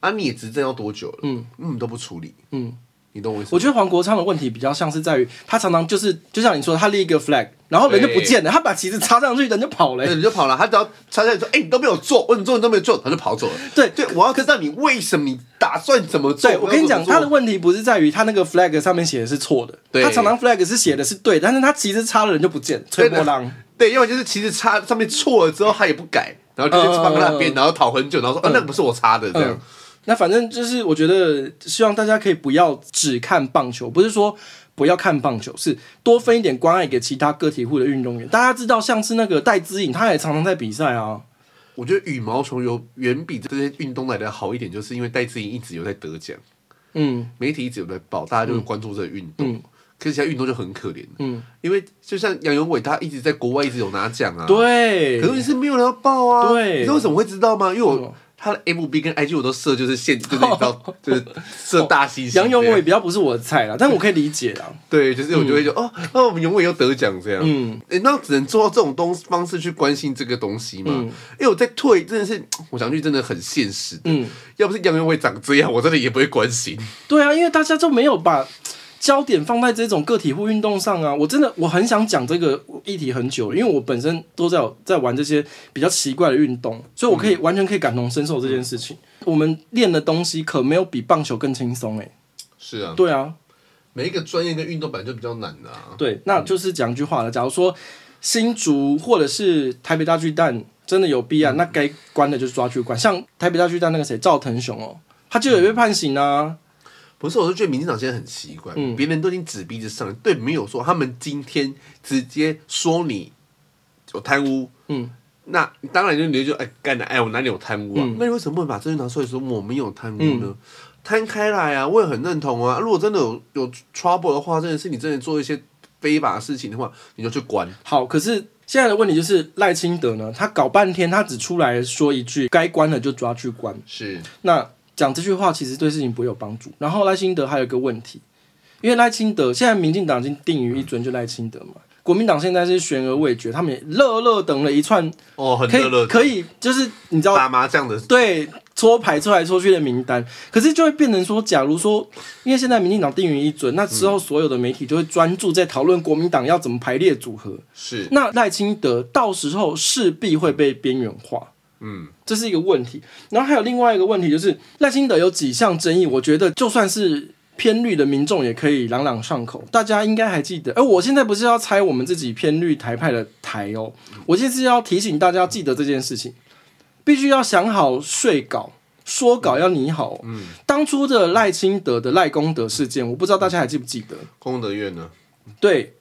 Speaker 1: 啊，你也执政要多久了？嗯嗯，都不处理，
Speaker 2: 嗯，
Speaker 1: 你懂我意思
Speaker 2: 我
Speaker 1: 吗？
Speaker 2: 觉得黄国昌的问题比较像是在于他常常就是就像你说的，他立一个 flag，然后人就不见了，他把旗子插上去，人就跑了、欸
Speaker 1: 对，哎你就跑了。他只要插下来说：“哎、你都没有做，为什么做你都没有做？”他就跑走了。
Speaker 2: 对
Speaker 1: 对，我要知道你为什么，你打算怎么做？
Speaker 2: 对，我跟你讲，他
Speaker 1: 他
Speaker 2: 的问题不是在于他那个 flag 上面写的是错的，
Speaker 1: 对
Speaker 2: 他常常 flag 是写的是对，但是他旗子插了人就不见，吹波浪。
Speaker 1: 对，要么就是其实插上面错了之后他也不改，然后就去放在那
Speaker 2: 嗯
Speaker 1: 边，然后讨很久，然后说：“啊，那个不是我插的。”这样，
Speaker 2: 那反正就是，我觉得希望大家可以不要只看棒球，不是说不要看棒球，是多分一点关爱给其他个体户的运动员。大家知道，像是那个戴资颖，他也常常在比赛啊。
Speaker 1: 我觉得羽毛球有远比这些运动来的好一点，就是因为戴资颖一直有在得奖。
Speaker 2: 嗯，
Speaker 1: 媒体一直有在报，大家就会关注这个运动。可是其他运动就很可怜，
Speaker 2: 嗯，
Speaker 1: 因为就像杨永伟，他一直在国外一直有拿奖啊，，
Speaker 2: 对
Speaker 1: 可，是问题是没有人要报啊，
Speaker 2: 对
Speaker 1: 你
Speaker 2: 嗯
Speaker 1: 知道为什么会知道吗？因为
Speaker 2: 什么
Speaker 1: 我他的 FB 跟 IG 我都设就是限，就是你知
Speaker 2: [LAUGHS]
Speaker 1: 道，就是设大西
Speaker 2: 哦杨永伟比较不是我的菜啦，但我可以理解啦。
Speaker 1: 对，就是我就会觉得、哦，那我们永伟又得奖这样，
Speaker 2: 嗯
Speaker 1: 诶，那只能做到这种东方式去关心这个东西嘛，
Speaker 2: 嗯
Speaker 1: 因为我在退真的是，我想去真的很现实的，
Speaker 2: 嗯，
Speaker 1: 要不是杨永伟长这样，我真的也不会关
Speaker 2: [LAUGHS]
Speaker 1: 心，
Speaker 2: 对啊，因为大家就没有把焦点放在这种个体户运动上啊。我真的我很想讲这个议题很久，因为我本身都在在玩这些比较奇怪的运动，所以我可以、完全可以感同身受这件事情。我们练的东西可没有比棒球更轻松诶。欸
Speaker 1: 是啊，
Speaker 2: 对啊，
Speaker 1: 每一个专业跟运动本来就比较难的、啊，
Speaker 2: 对，那就是讲一句话了。假如说新竹或者是台北大巨蛋真的有弊案，那该关的就抓去关。像台北大巨蛋那个谁赵腾雄哦，他就有被判刑啊。
Speaker 1: 不是，我是觉得民进党现在很奇怪，
Speaker 2: 嗯
Speaker 1: 别、人都已经指鼻子上了，对，没有说他们今天直接说你有贪污，
Speaker 2: 嗯，
Speaker 1: 那当然就你就哎干的，哎我哪里有贪污
Speaker 2: 嗯
Speaker 1: 啊？那你为什么不能把证据拿出来说我没有贪污呢？摊、开来啊，我也很认同啊。如果真的有有 trouble 的话，真的是你真的做一些非法的事情的话，你就去关。
Speaker 2: 好，可是现在的问题就是赖清德呢，他搞半天，他只出来说一句“该关的就抓去关
Speaker 1: 是，”，
Speaker 2: 那讲这句话其实对事情不会有帮助。然后赖清德还有一个问题，因为赖清德现在民进党已经定于一尊，就赖清德嘛。国民党现在是悬而未决，他们也乐乐等了一串
Speaker 1: 哦，很
Speaker 2: 可
Speaker 1: 热
Speaker 2: 以
Speaker 1: 热
Speaker 2: 可以，就是你知道
Speaker 1: 打麻将的，
Speaker 2: 对搓牌搓来搓去的名单，可是就会变成说，假如说，因为现在民进党定于一尊，那之后所有的媒体就会专注在讨论国民党要怎么排列组合，
Speaker 1: 是
Speaker 2: 那赖清德到时候势必会被边缘化，
Speaker 1: 嗯，
Speaker 2: 这是一个问题。然后还有另外一个问题就是，赖清德有几项争议，我觉得就算是。偏绿的民众也可以朗朗上口。大家应该还记得，哎、我现在不是要拆我们自己偏绿台派的台哦，我现在是要提醒大家记得这件事情，必须要想好睡稿。说稿要拟好、嗯，当初的赖清德的赖功德事件，我不知道大家还记不记得？
Speaker 1: 功德院呢？
Speaker 2: 对，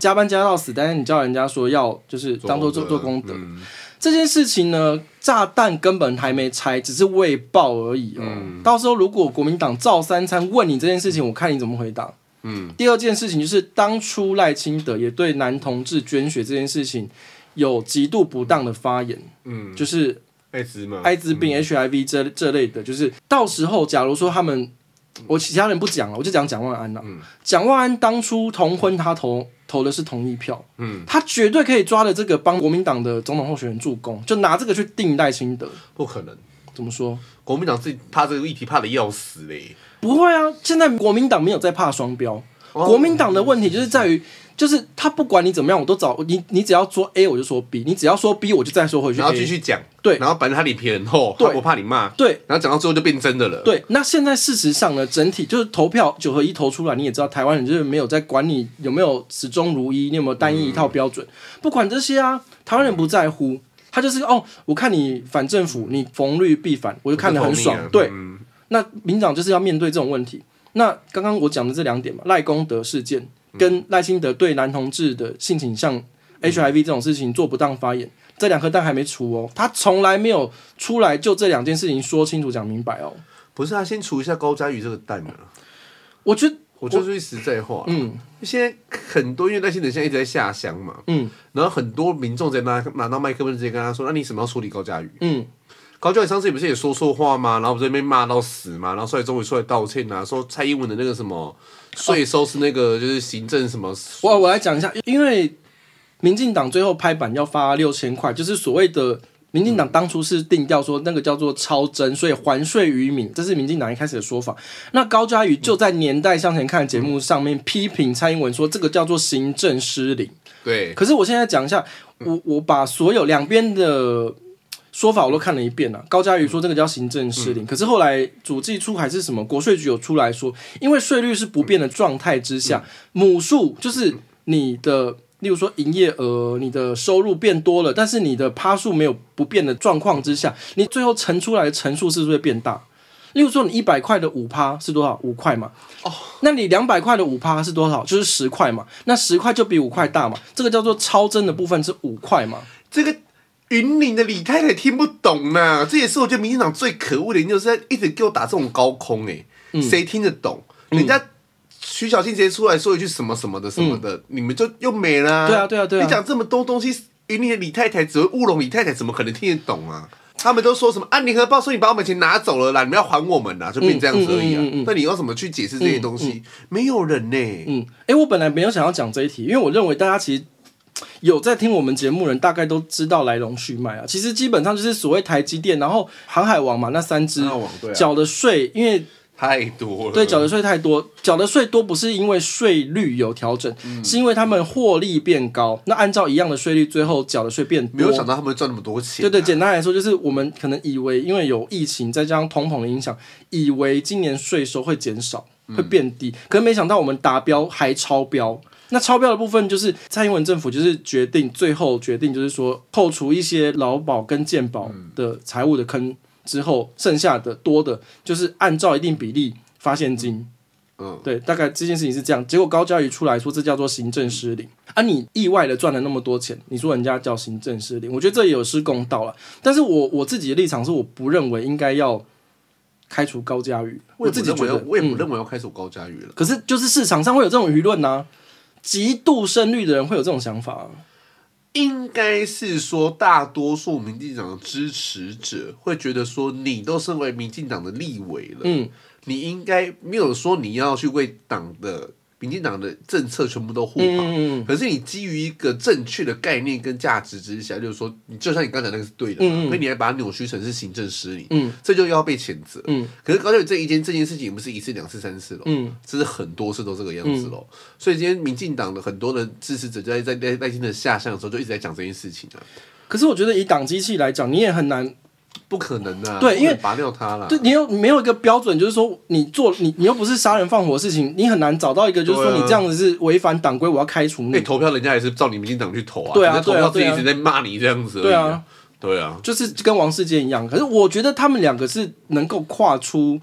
Speaker 2: 加班加到死，但是你叫人家说要就是当做做做功德、
Speaker 1: 嗯
Speaker 2: 这件事情呢，炸弹根本还没拆，只是未爆而已哦。
Speaker 1: 嗯
Speaker 2: 到时候如果国民党照三餐问你这件事情，我看你怎么回答。
Speaker 1: 嗯，
Speaker 2: 第二件事情就是当初赖清德也对男同志捐血这件事情有极度不当的发言，
Speaker 1: 嗯，
Speaker 2: 就是
Speaker 1: 艾滋嘛，
Speaker 2: 艾滋病、HIV 这这类的，就是到时候假如说他们，我其他人不讲了，我就讲蒋万安了、
Speaker 1: 嗯
Speaker 2: 蒋万安当初同婚，他投投的是同意票，
Speaker 1: 嗯，
Speaker 2: 他绝对可以抓着这个帮国民党的总统候选人助攻，就拿这个去定赖清德。
Speaker 1: 不可能。
Speaker 2: 怎么说？
Speaker 1: 国民党自己怕这个议题怕的要死嘞，
Speaker 2: 不会啊，现在国民党没有在怕双标，
Speaker 1: 哦
Speaker 2: 国民党的问题就是在于。就是他不管你怎么样，我都找你。你只要说 A，我就说 B；你只要说 B，我就再说回去 A。
Speaker 1: 然后继续讲，
Speaker 2: 对
Speaker 1: 然后反正他脸皮很厚，
Speaker 2: 对
Speaker 1: 他不怕你骂，
Speaker 2: 对，
Speaker 1: 然后讲到最后就变真的了，，
Speaker 2: 对，那现在事实上呢，整体就是投票九合一投出来，你也知道台湾人就是没有在管你有没有始终如一，你有没有单一一套标准，不管这些啊，台湾人不在乎，他就是哦，我看你反政府，你逢绿必反，我就看得很爽。对，
Speaker 1: 嗯
Speaker 2: 那民长就是要面对这种问题。那刚刚我讲的这两点嘛，赖功德事件跟赖清德对男同志的性倾向 HIV 这种事情做不当发言，这两颗蛋还没除哦，他从来没有出来就这两件事情说清楚讲明白哦。
Speaker 1: 不是啊，先除一下高嘉瑜这个蛋啊，
Speaker 2: 我觉得
Speaker 1: 我就说句实在话，
Speaker 2: 嗯
Speaker 1: 现在很多因为赖清德现在一直在下乡嘛，
Speaker 2: 嗯
Speaker 1: 然后很多民众在拿拿到麦克风直接跟他说，那你什么要处理高嘉瑜？
Speaker 2: 嗯，
Speaker 1: 高教你上次不是也说错话吗？然后不是被骂到死嘛？然后所以终于出来道歉啊，说蔡英文的那个什么税收是那个就是行政什么，
Speaker 2: 我我来讲一下，因为民进党最后拍板要发六千块，就是所谓的民进党当初是定调说那个叫做超征，所以还税于民，这是民进党一开始的说法。那高嘉瑜就在年代向前看节目上面批评蔡英文说这个叫做行政失灵。
Speaker 1: 对，
Speaker 2: 可是我现在讲一下，我我把所有两边的说法我都看了一遍了。高嘉瑜说这个叫行政失灵，可是后来主计处还是什么国税局有出来说，因为税率是不变的状态之下，母数就是你的。例如说营业额，你的收入变多了，但是你的趴数没有不变的状况之下，你最后乘出来的乘数是不是会变大？例如说你一百块的五趴是多少？五块嘛。那你两百块的五趴是多少？就是十块嘛。那十块就比五块大嘛，这个叫做超增的部分是五块嘛。
Speaker 1: 这个云林的李太太听不懂呐、这也是我觉得民进党最可恶的，就是在一直给我打这种高空哎、
Speaker 2: 嗯
Speaker 1: 谁、听得懂？人家徐小庆直接出来说一句什么什么的什么的，你们就又没啦、
Speaker 2: 嗯对啊对啊对啊
Speaker 1: 你讲这么多东西，云林的李太太只会乌龙，李太太怎么可能听得懂啊？他们都说什么啊？联合报说你把我们钱拿走了啦，你们要还我们啦，就变这样子而已啊。
Speaker 2: 嗯嗯嗯嗯嗯
Speaker 1: 那你要怎么去解释这些东西？没有人呢、
Speaker 2: 嗯，诶，我本来没有想要讲这一题，因为我认为大家其实有在听我们节目的人，大概都知道来龙去脉啊。其实基本上就是所谓台积电，然后航海王嘛，那三只
Speaker 1: 航海王对啊
Speaker 2: 缴的税，因为
Speaker 1: 太多了。
Speaker 2: 对，缴的税太多，缴的税多不是因为税率有调整，
Speaker 1: 嗯
Speaker 2: 是因为他们获利变高。那按照一样的税率，最后缴的税变多。
Speaker 1: 没有想到他们会赚那么多钱、啊
Speaker 2: 对对，，简单来说就是我们可能以为因为有疫情再加上通膨的影响，以为今年税收会减少，会变低，可是没想到我们达标还超标。那超标的部分就是蔡英文政府就是决定最后决定就是说扣除一些劳保跟健保的财务的坑之后，剩下的多的就是按照一定比例发现金。
Speaker 1: 嗯，
Speaker 2: 对，大概这件事情是这样。结果高嘉瑜出来说，这叫做行政失灵啊！你意外的赚了那么多钱，你说人家叫行政失灵，我觉得这也有失公道了。但是我我自己的立场是，我不认为应该要开除高嘉瑜，
Speaker 1: 我也不
Speaker 2: 自己
Speaker 1: 认
Speaker 2: 觉
Speaker 1: 为要
Speaker 2: 得，
Speaker 1: 我也
Speaker 2: 嗯
Speaker 1: 不认为要开除高嘉瑜了。
Speaker 2: 可是就是市场上会有这种舆论呐、极度胜率的人会有这种想法啊、
Speaker 1: 应该是说，大多数民进党的支持者会觉得说，你都身为民进党的立委了，
Speaker 2: 嗯，
Speaker 1: 你应该没有说你要去为党的民进党的政策全部都护
Speaker 2: 嗯
Speaker 1: 好。
Speaker 2: 嗯
Speaker 1: 可是你基于一个正确的概念跟价值之下，就是说，你就像你刚才那个是对的嘛，
Speaker 2: 嗯嗯
Speaker 1: 可、你还把它扭曲成是行政失礼，
Speaker 2: 嗯，
Speaker 1: 这就要被谴责。
Speaker 2: 嗯
Speaker 1: 可是搞到这一件这件事情，不是一次、两次、三次了，
Speaker 2: 嗯，
Speaker 1: 这是很多次都这个样子喽。所以今天民进党的很多的支持者就在在在在赖清德下乡的时候，就一直在讲这件事情啊。
Speaker 2: 可是我觉得以党机器来讲，你也很难
Speaker 1: 不可能啊，
Speaker 2: 对因为
Speaker 1: 不能拔掉它了。
Speaker 2: 对，你又没有一个标准，就是说你做你你又不是杀人放火的事情，你很难找到一个就是说
Speaker 1: 对啊
Speaker 2: 你这样子是违反党规，我要开除你。
Speaker 1: 哎、投票人家也是照你民进党去投啊，
Speaker 2: 对啊
Speaker 1: 只是投
Speaker 2: 对啊
Speaker 1: 票自己
Speaker 2: 对
Speaker 1: 一
Speaker 2: 啊
Speaker 1: 直在骂你这样子而已、
Speaker 2: 对啊，
Speaker 1: 对啊，
Speaker 2: 就是跟王世坚一样。可是我觉得他们两个是能够跨出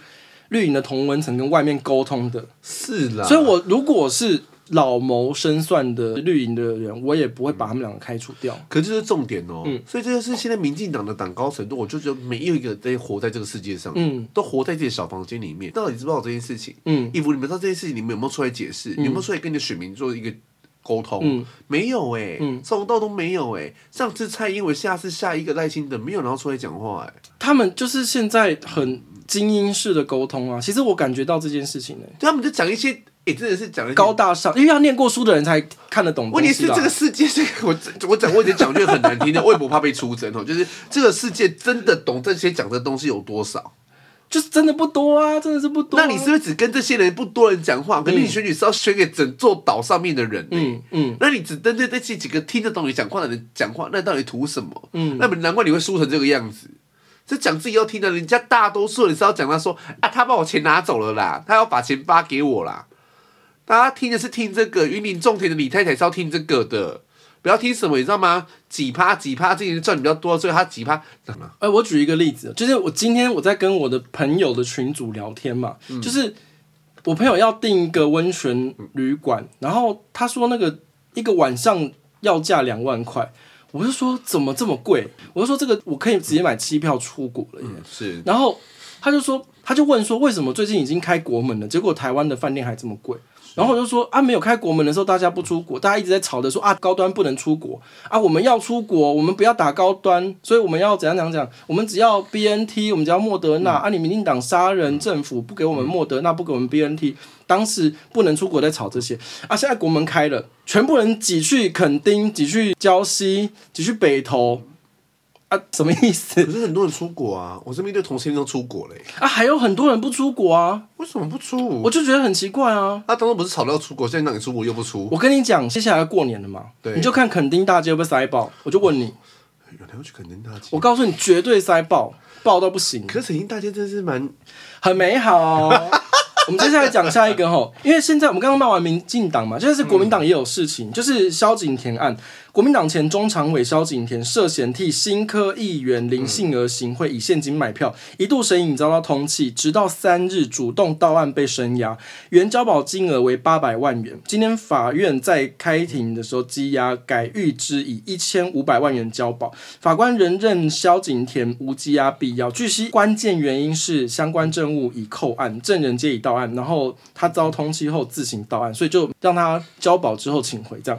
Speaker 2: 绿营的同温层跟外面沟通的，
Speaker 1: 是啦。
Speaker 2: 所以我如果是老谋深算的绿营的人，我也不会把他们两个开除掉。
Speaker 1: 可这就是重点哦、
Speaker 2: 嗯
Speaker 1: 所以这就是现在民进党的党高层，我就觉得没有一个在活在这个世界上，
Speaker 2: 嗯
Speaker 1: 都活在自己的小房间里面。到底知不知道这件事情？
Speaker 2: 嗯，
Speaker 1: 义父，你们知道这件事情，你们有没有出来解释？你有没有出来跟你的选民做一个沟通？
Speaker 2: 嗯
Speaker 1: 没有哎、
Speaker 2: 嗯
Speaker 1: 从头到都没有哎、上次蔡英文，下次下一个赖清德，没有人要出来讲话哎、
Speaker 2: 他们就是现在很精英式的沟通啊。其实我感觉到这件事情呢、欸
Speaker 1: 对，他们就讲一些，哎、真的是讲一些
Speaker 2: 高啊大上，因为要念过书的人才看得懂东
Speaker 1: 问
Speaker 2: 西
Speaker 1: 题
Speaker 2: 啦。
Speaker 1: 是这 [LAUGHS] 个世界，这个我我讲我以前讲就很难
Speaker 2: [LAUGHS]
Speaker 1: 听的，我也不怕被出征哦。就是这个世界真的懂这些讲的东西有多少？
Speaker 2: 就是真的不多啊，真的是不多啊、
Speaker 1: 那你是不是只跟这些人不多人讲话？可是你选举是要选给整座岛上面的人、欸呢？
Speaker 2: 嗯嗯，
Speaker 1: 那你只针对这几几个听得懂你讲话的人讲话，那到底图什么？嗯，那么难怪你会输成这个样子。这讲自己要听的，人家大多数人是要讲他说啊，他把我钱拿走了啦，他要把钱发给我啦。大家听的是听这个，云林种田的李太太是要听这个的，不要听什么，你知道吗？几趴几趴，这些人赚比较多，所以他几趴干嘛？
Speaker 2: 哎、我举一个例子，就是我今天我在跟我的朋友的群组聊天嘛，就是我朋友要订一个温泉旅馆，然后他说那个一个晚上要价两万块，我就说怎么这么贵？我就说这个我可以直接买机票出国了耶。
Speaker 1: 是
Speaker 2: 然后他就说，他就问说，为什么最近已经开国门了，结果台湾的饭店还这么贵？然后我就说啊，没有开国门的时候，大家不出国，大家一直在吵着说啊，高端不能出国啊，我们要出国，我们不要打高端，所以我们要怎样怎样怎样，我们只要 B N T，我们只要莫德纳、啊，你民进党杀人，政府不给我们莫德纳，不给我们 B N T，当时不能出国在吵这些啊，现在国门开了，全部人挤去垦丁，挤去礁溪，挤去北投啊，什么意思
Speaker 1: 可是很多人出国啊，我身边一对同性恋都出国嘞、
Speaker 2: 啊？还有很多人不出国啊，
Speaker 1: 为什么不出？
Speaker 2: 我就觉得很奇怪啊。
Speaker 1: 他当初不是吵着要出国，现在让你出国又不出，
Speaker 2: 我跟你讲，接下来过年了嘛，
Speaker 1: 对
Speaker 2: 你就看垦丁大街会不会塞爆。我就问你，
Speaker 1: 原哎来要去垦丁大街
Speaker 2: 我。告诉你，绝对塞爆，爆到不行，
Speaker 1: 可是垦丁大街真是蛮……
Speaker 2: 很美好。我们接下来讲下一个吼，因为现在我们刚刚骂完民进党嘛，现在是国民党也有事情，就是萧景田案。国民党前中常委萧景田涉嫌替新科议员林信儿行贿，以现金买票，一度神隐遭到通缉，直到三日主动到案被声押，原交保金额为八百万元。今天法院在开庭的时候羁押，改预支以一千五百万元交保。法官仍认萧景田无羁押必要。据悉，关键原因是相关证物已扣案，证人皆已到案，然后他遭通缉后自行到案，所以就让他交保之后请回这样。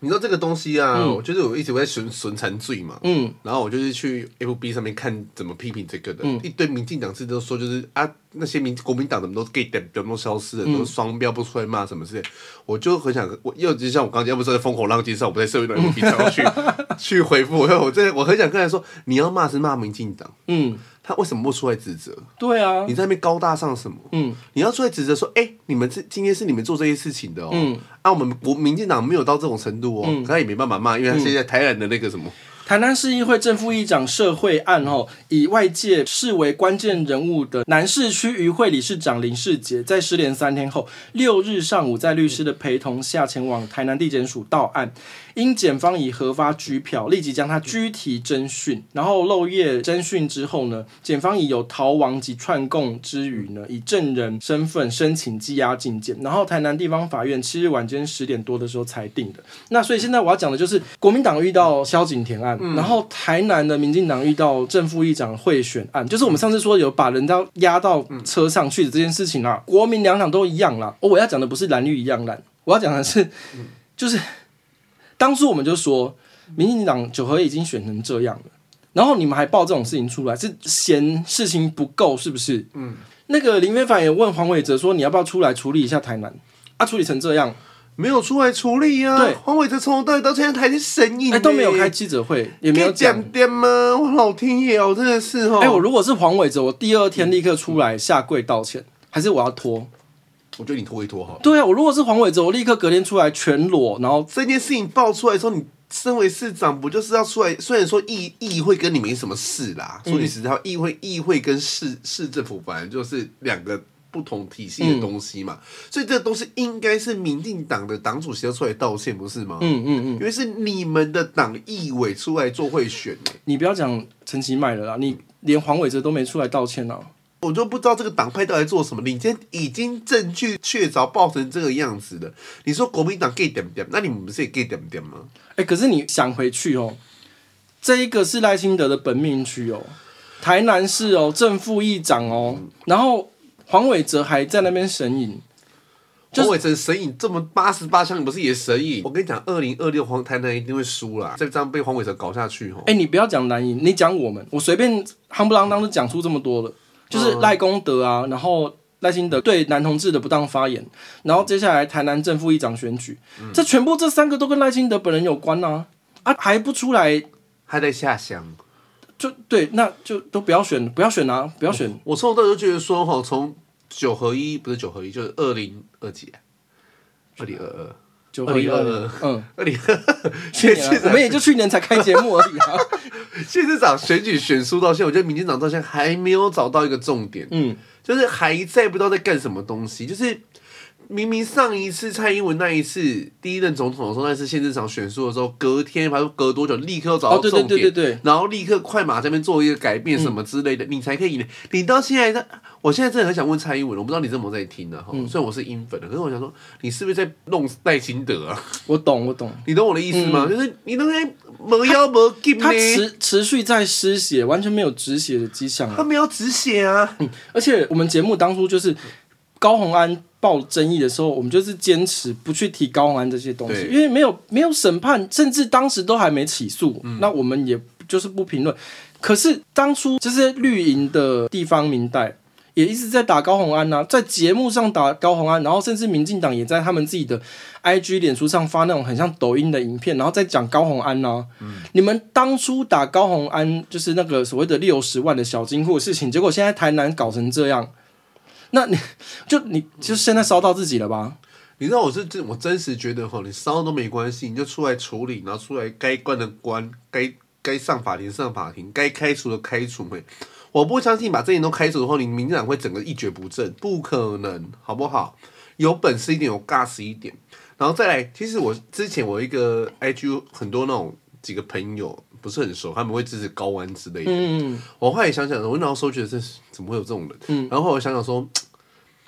Speaker 1: 你知道这个东西啊，我就是我一直在损损残罪嘛，
Speaker 2: 嗯，
Speaker 1: 然后我就是去 FB 上面看怎么批评这个的，一堆民进党自己都说就是啊，那些民国民党怎么都 gay 怎么都消失了，都双标不出来骂什么之类，我就很想，我又就像我刚才要不是在风口浪尖上，我不在社会的 FB 上去去回复，我我真的我很想跟他说，你要骂是骂民进党，
Speaker 2: 嗯，
Speaker 1: 他为什么不出来指责？
Speaker 2: 对啊
Speaker 1: 你，在那边高大上什么？
Speaker 2: 嗯，
Speaker 1: 你要出来指责说，哎、你们这今天是你们做这些事情的哦。
Speaker 2: 嗯，
Speaker 1: 啊，我们国民进党没有到这种程度哦，可他也没办法骂，因为他现在
Speaker 2: 嗯
Speaker 1: 台南的那个什么，
Speaker 2: 台南市议会正副议长社会案后，以外界视为关键人物的南市区渔会理事长林世杰，在失联三天后，六日上午在律师的陪同下前往台南地检署到案，因检方以核发拘票，立即将他拘提侦讯，然后漏夜侦讯之后呢，检方以有逃亡及串供之余呢，以证人身份申请羁押禁见，然后台南地方法院七日晚间十点多的时候裁定的。那所以现在我要讲的就是国民党遇到萧景田案，然后台南的民进党遇到正副议长贿选案，就是我们上次说有把人家压到车上去的这件事情啦。国民两党都一样啦。哦，我要讲的不是蓝绿一样蓝，我要讲的是，就是当初我们就说，民进党九合一已经选成这样了，然后你们还爆这种事情出来，是嫌事情不够是不是？嗯，那个林非凡也问黄伟哲说，你要不要出来处理一下台南？啊，处理成这样，
Speaker 1: 没有出来处理呀、
Speaker 2: 对
Speaker 1: 黄伟哲从头到尾到现在还是神隐、
Speaker 2: 哎、都没有开，记者会，也没有讲
Speaker 1: 讲。哦点吗？我老天爷哦，真的是哦。
Speaker 2: 哎、我如果是黄伟哲，我第二天立刻出来下跪道歉，还是我要拖？
Speaker 1: 我觉得你拖一拖好了。
Speaker 2: 对啊，我如果是黄伟哲，我立刻隔天出来全裸，然后
Speaker 1: 这件事情爆出来之后，你身为市长，不就是要出来？虽然说议议会跟你没什么事啦，说句实在话，议会议会跟市市政府本来就是两个不同体系的东西嘛，所以这个东西应该是民进党的党主席要出来道歉，不是吗？
Speaker 2: 嗯嗯嗯，
Speaker 1: 因为是你们的党议委出来做贿选、欸，
Speaker 2: 你不要讲陈其迈了啦，你连黄伟哲都没出来道歉啊。
Speaker 1: 我就不知道这个党派到底在做什么。你今天已经证据确凿，爆成这个样子了，你说国民党 gay 点点，那你们不是也 gay 点点吗？
Speaker 2: 哎、可是你想回去哦，这一个是赖清德的本命区哦，台南市哦，正副议长哦，然后黄伟哲还在那边神隐，
Speaker 1: 黄伟哲神隐这么八十八枪，你不是也神隐？我跟你讲，二零二六黄台南一定会输啦，再这样被黄伟哲搞下去吼。
Speaker 2: 哎、你不要讲蓝营，你讲我们，我随便夯不啷当就讲出这么多了，就是赖功德啊，然后赖清德对男同志的不当发言，然后接下来台南正副议长选举，这全部这三个都跟赖清德本人有关呐、啊，啊还不出来
Speaker 1: 还在下乡。
Speaker 2: 就对，那就都不要选，不要选啊，不要选，
Speaker 1: 我从头到尾就觉得说吼，从九合一不是九合一，就是二零二几、啊，二零二二，
Speaker 2: 就合一
Speaker 1: 二
Speaker 2: 二
Speaker 1: 零
Speaker 2: 零，嗯，
Speaker 1: 二零二二，谢
Speaker 2: 对
Speaker 1: 谢
Speaker 2: 啊我们也就去年才开节目而已 [LAUGHS] 啊，
Speaker 1: 县市长选举选输到现在，我觉得民进党到现在还没有找到一个重点，
Speaker 2: 嗯，
Speaker 1: 就是还在不知道在干什么东西。就是明明上一次蔡英文那一次第一任总统的时候，那次县市长选输的时候，隔天还是隔多久，立刻要找到
Speaker 2: 哦对
Speaker 1: 重
Speaker 2: 对
Speaker 1: 点，
Speaker 2: 对对对
Speaker 1: 然后立刻快马这边做一个改变什么之类的，你才可以赢。你到现在在，我现在真的很想问蔡英文，我不知道你有没有在听呢、啊？哈、虽然我是英粉的，可是我想说，你是不是在弄赖清德啊？
Speaker 2: 我懂，我懂。
Speaker 1: 你懂我的意思吗？就是你那边没腰没劲呢
Speaker 2: 他。持持续在失血，完全没有止血的迹象啊
Speaker 1: 他！们要止血啊！
Speaker 2: 而且我们节目当初就是高洪安爆争议的时候，我们就是坚持不去提高洪安这些东西，
Speaker 1: 对
Speaker 2: 因为没有没有审判，甚至当时都还没起诉，那我们也就是不评论。可是当初这些绿营的地方民代。也一直在打高洪安呐、在节目上打高洪安，然后甚至民进党也在他们自己的 IG、脸书上发那种很像抖音的影片，然后再讲高洪安啊呐、你们当初打高洪安就是那个所谓的六十万的小金库的事情，结果现在台南搞成这样，那 [LAUGHS] 你就你就现在烧到自己了吧？
Speaker 1: 你知道我是真，我真实觉得哈，你烧都没关系，你就出来处理，然后出来该关的关，该该上法庭上法庭，该开除的开除。嘿，我不相信把这些人都开除的话，你民进党会整个一蹶不振，不可能，好不好？有本事一点，有 gas 一点，然后再来。其实我之前我一个 IG 很多那种几个朋友不是很熟，他们会支持高安之类的。
Speaker 2: 嗯，
Speaker 1: 我后来想想，我那时候觉得这是怎么会有这种人？然后我想想说，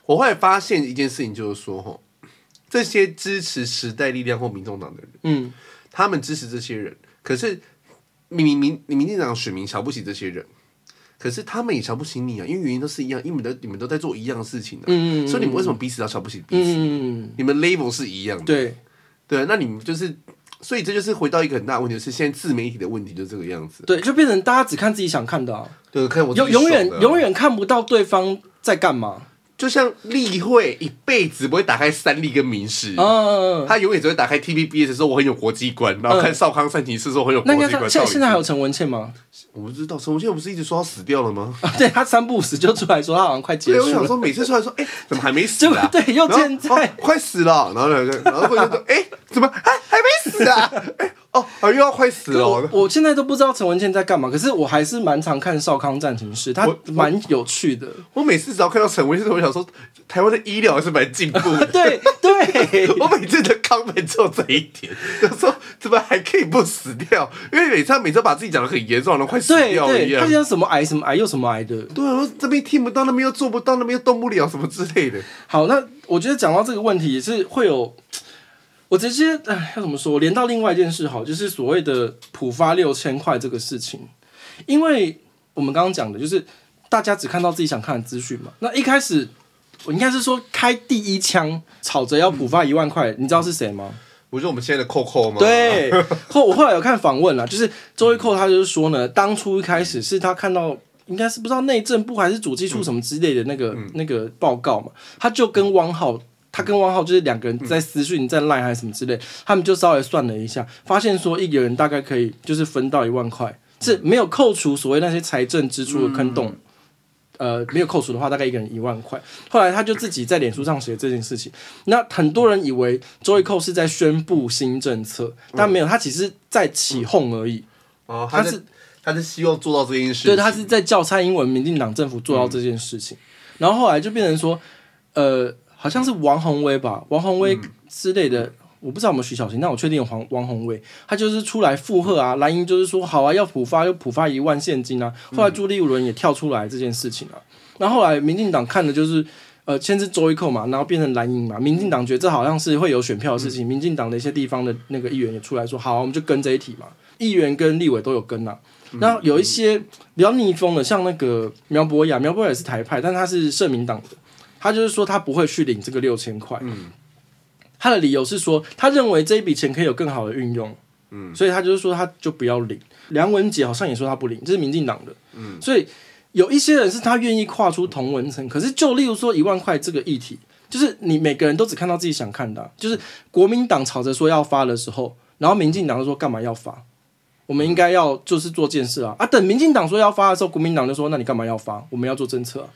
Speaker 1: 我后来发现一件事情，就是说，吼，这些支持时代力量或民众党的人，
Speaker 2: 嗯，
Speaker 1: 他们支持这些人，可是民民民民进党选民瞧不起这些人，可是他们也瞧不起你啊，因为原因都是一样，因为你们都你们都在做一样的事情啊，
Speaker 2: 嗯
Speaker 1: 所以你们为什么彼此要瞧不起彼此？
Speaker 2: 嗯，
Speaker 1: 你们 label 是一样的，
Speaker 2: 对，
Speaker 1: 对，啊那你们就是，所以这就是回到一个很大的问题，就是现在自媒体的问题就是这个样子，
Speaker 2: 对，就变成大家只看自己想看的、啊，
Speaker 1: 对，看我自
Speaker 2: 永
Speaker 1: 己
Speaker 2: 永远
Speaker 1: 爽的啊
Speaker 2: 永远看不到对方在干嘛。
Speaker 1: 就像例会一辈子不会打开三立跟民视，
Speaker 2: 嗯嗯，嗯
Speaker 1: 他永远只会打开 TVBS 说我很有国际观，然后看少康三骑士说很有国
Speaker 2: 那
Speaker 1: 际
Speaker 2: 应该
Speaker 1: 观。
Speaker 2: 看现在现在
Speaker 1: 到
Speaker 2: 还
Speaker 1: 底
Speaker 2: 有陈文茜吗？ [LAUGHS]
Speaker 1: 是我不知道，陈文茜不是一直说他死掉了吗？
Speaker 2: 啊，对他三不五时就出来说他好像快结
Speaker 1: 对，我
Speaker 2: 束
Speaker 1: 想
Speaker 2: 了，
Speaker 1: 说每次出来说，哎、怎么还没死啊？
Speaker 2: 就 [LAUGHS] 对又
Speaker 1: 然后
Speaker 2: 健在
Speaker 1: 哦快死了，然后两个，然后会说，哎、怎么还还没死啊？ [LAUGHS] 哎、哦，啊又要快死了
Speaker 2: 我
Speaker 1: 哦。
Speaker 2: 我现在都不知道陈文茜在干嘛，可是我还是蛮常看《少康战情室》，他
Speaker 1: 我我
Speaker 2: 蛮有趣的。 [LAUGHS]
Speaker 1: 我每次只要看到陈文茜，我想说，台湾的医疗还是蛮进步的。
Speaker 2: 对 [LAUGHS] 对，
Speaker 1: 我每次的 comment 就这一点，就说怎么还可以不死掉？因为每次他每次把自己讲的很严重，然后快死
Speaker 2: 对
Speaker 1: 掉了一
Speaker 2: 对，他
Speaker 1: 样。
Speaker 2: 像什么癌什么癌又什么癌的。
Speaker 1: 对，我说这边听不到，那边又做不到，那边又动不了，什么之类的。
Speaker 2: 好，那我觉得讲到这个问题也是会有，我直接哎要怎么说？连到另外一件事好，就是所谓的普发六千块这个事情，因为我们刚刚讲的就是大家只看到自己想看的资讯嘛。那一开始我应该是说开第一枪，吵着要普发一万块，你知道是谁吗？
Speaker 1: 我说我们现在的扣扣吗？，
Speaker 2: 对，后我后来有看访问啦，就是周一蔻他就是说呢，当初一开始是他看到。应该是不知道内政部还是主计处什么之类的那个、那个报告嘛，他就跟汪浩，他跟汪浩就是两个人在私讯在赖还是什么之类，他们就稍微算了一下，发现说一个人大概可以就是分到一万块，是没有扣除所谓那些财政支出的坑洞，呃没有扣除的话，大概一个人一万块。后来他就自己在脸书上写这件事情，那很多人以为周玉蔻是在宣布新政策，但没有，他只是在起哄而已。
Speaker 1: 哦，
Speaker 2: 他
Speaker 1: 他
Speaker 2: 是
Speaker 1: 是他是希望做到这件事情，嗯
Speaker 2: 对，他是在叫蔡英文民进党政府做到这件事情，然后后来就变成说，呃，好像是王宏威吧，王宏
Speaker 1: 嗯
Speaker 2: 威之类的，我不知道有没有徐小琴，但我确定有黄王宏威，他就是出来附和啊，蓝英就是说好啊，要普发就普发一万现金啊，后
Speaker 1: 嗯
Speaker 2: 来朱立伦也跳出来这件事情啊，然后后来民进党看的就是。呃，先是周一扣嘛，然后变成蓝营嘛。民进党觉得这好像是会有选票的事
Speaker 1: 嗯
Speaker 2: 情，民进党的一些地方的那个议员也出来说，好啊、我们就跟这一题嘛。议员跟立委都有跟啊。那有一些比较逆风的，像那个苗博雅，苗博雅也是台派，但他是社民党的，他就是说他不会去领这个六千块。他的理由是说，他认为这一笔钱可以有更好的运用，嗯，所以他就是说他就不要领。梁文杰好像也说他不领，这是民进党的，嗯，所以有一些人是他愿意跨出同文层，可是就例如说一万块这个议题，就是你每个人都只看到自己想看的啊、就是国民党吵着说要发的时候，然后民进党就说干嘛要发？我们应该要就是做建设啊啊！等民进党说要发的时候，国民党就说那你干嘛要发？我们要做政策、啊，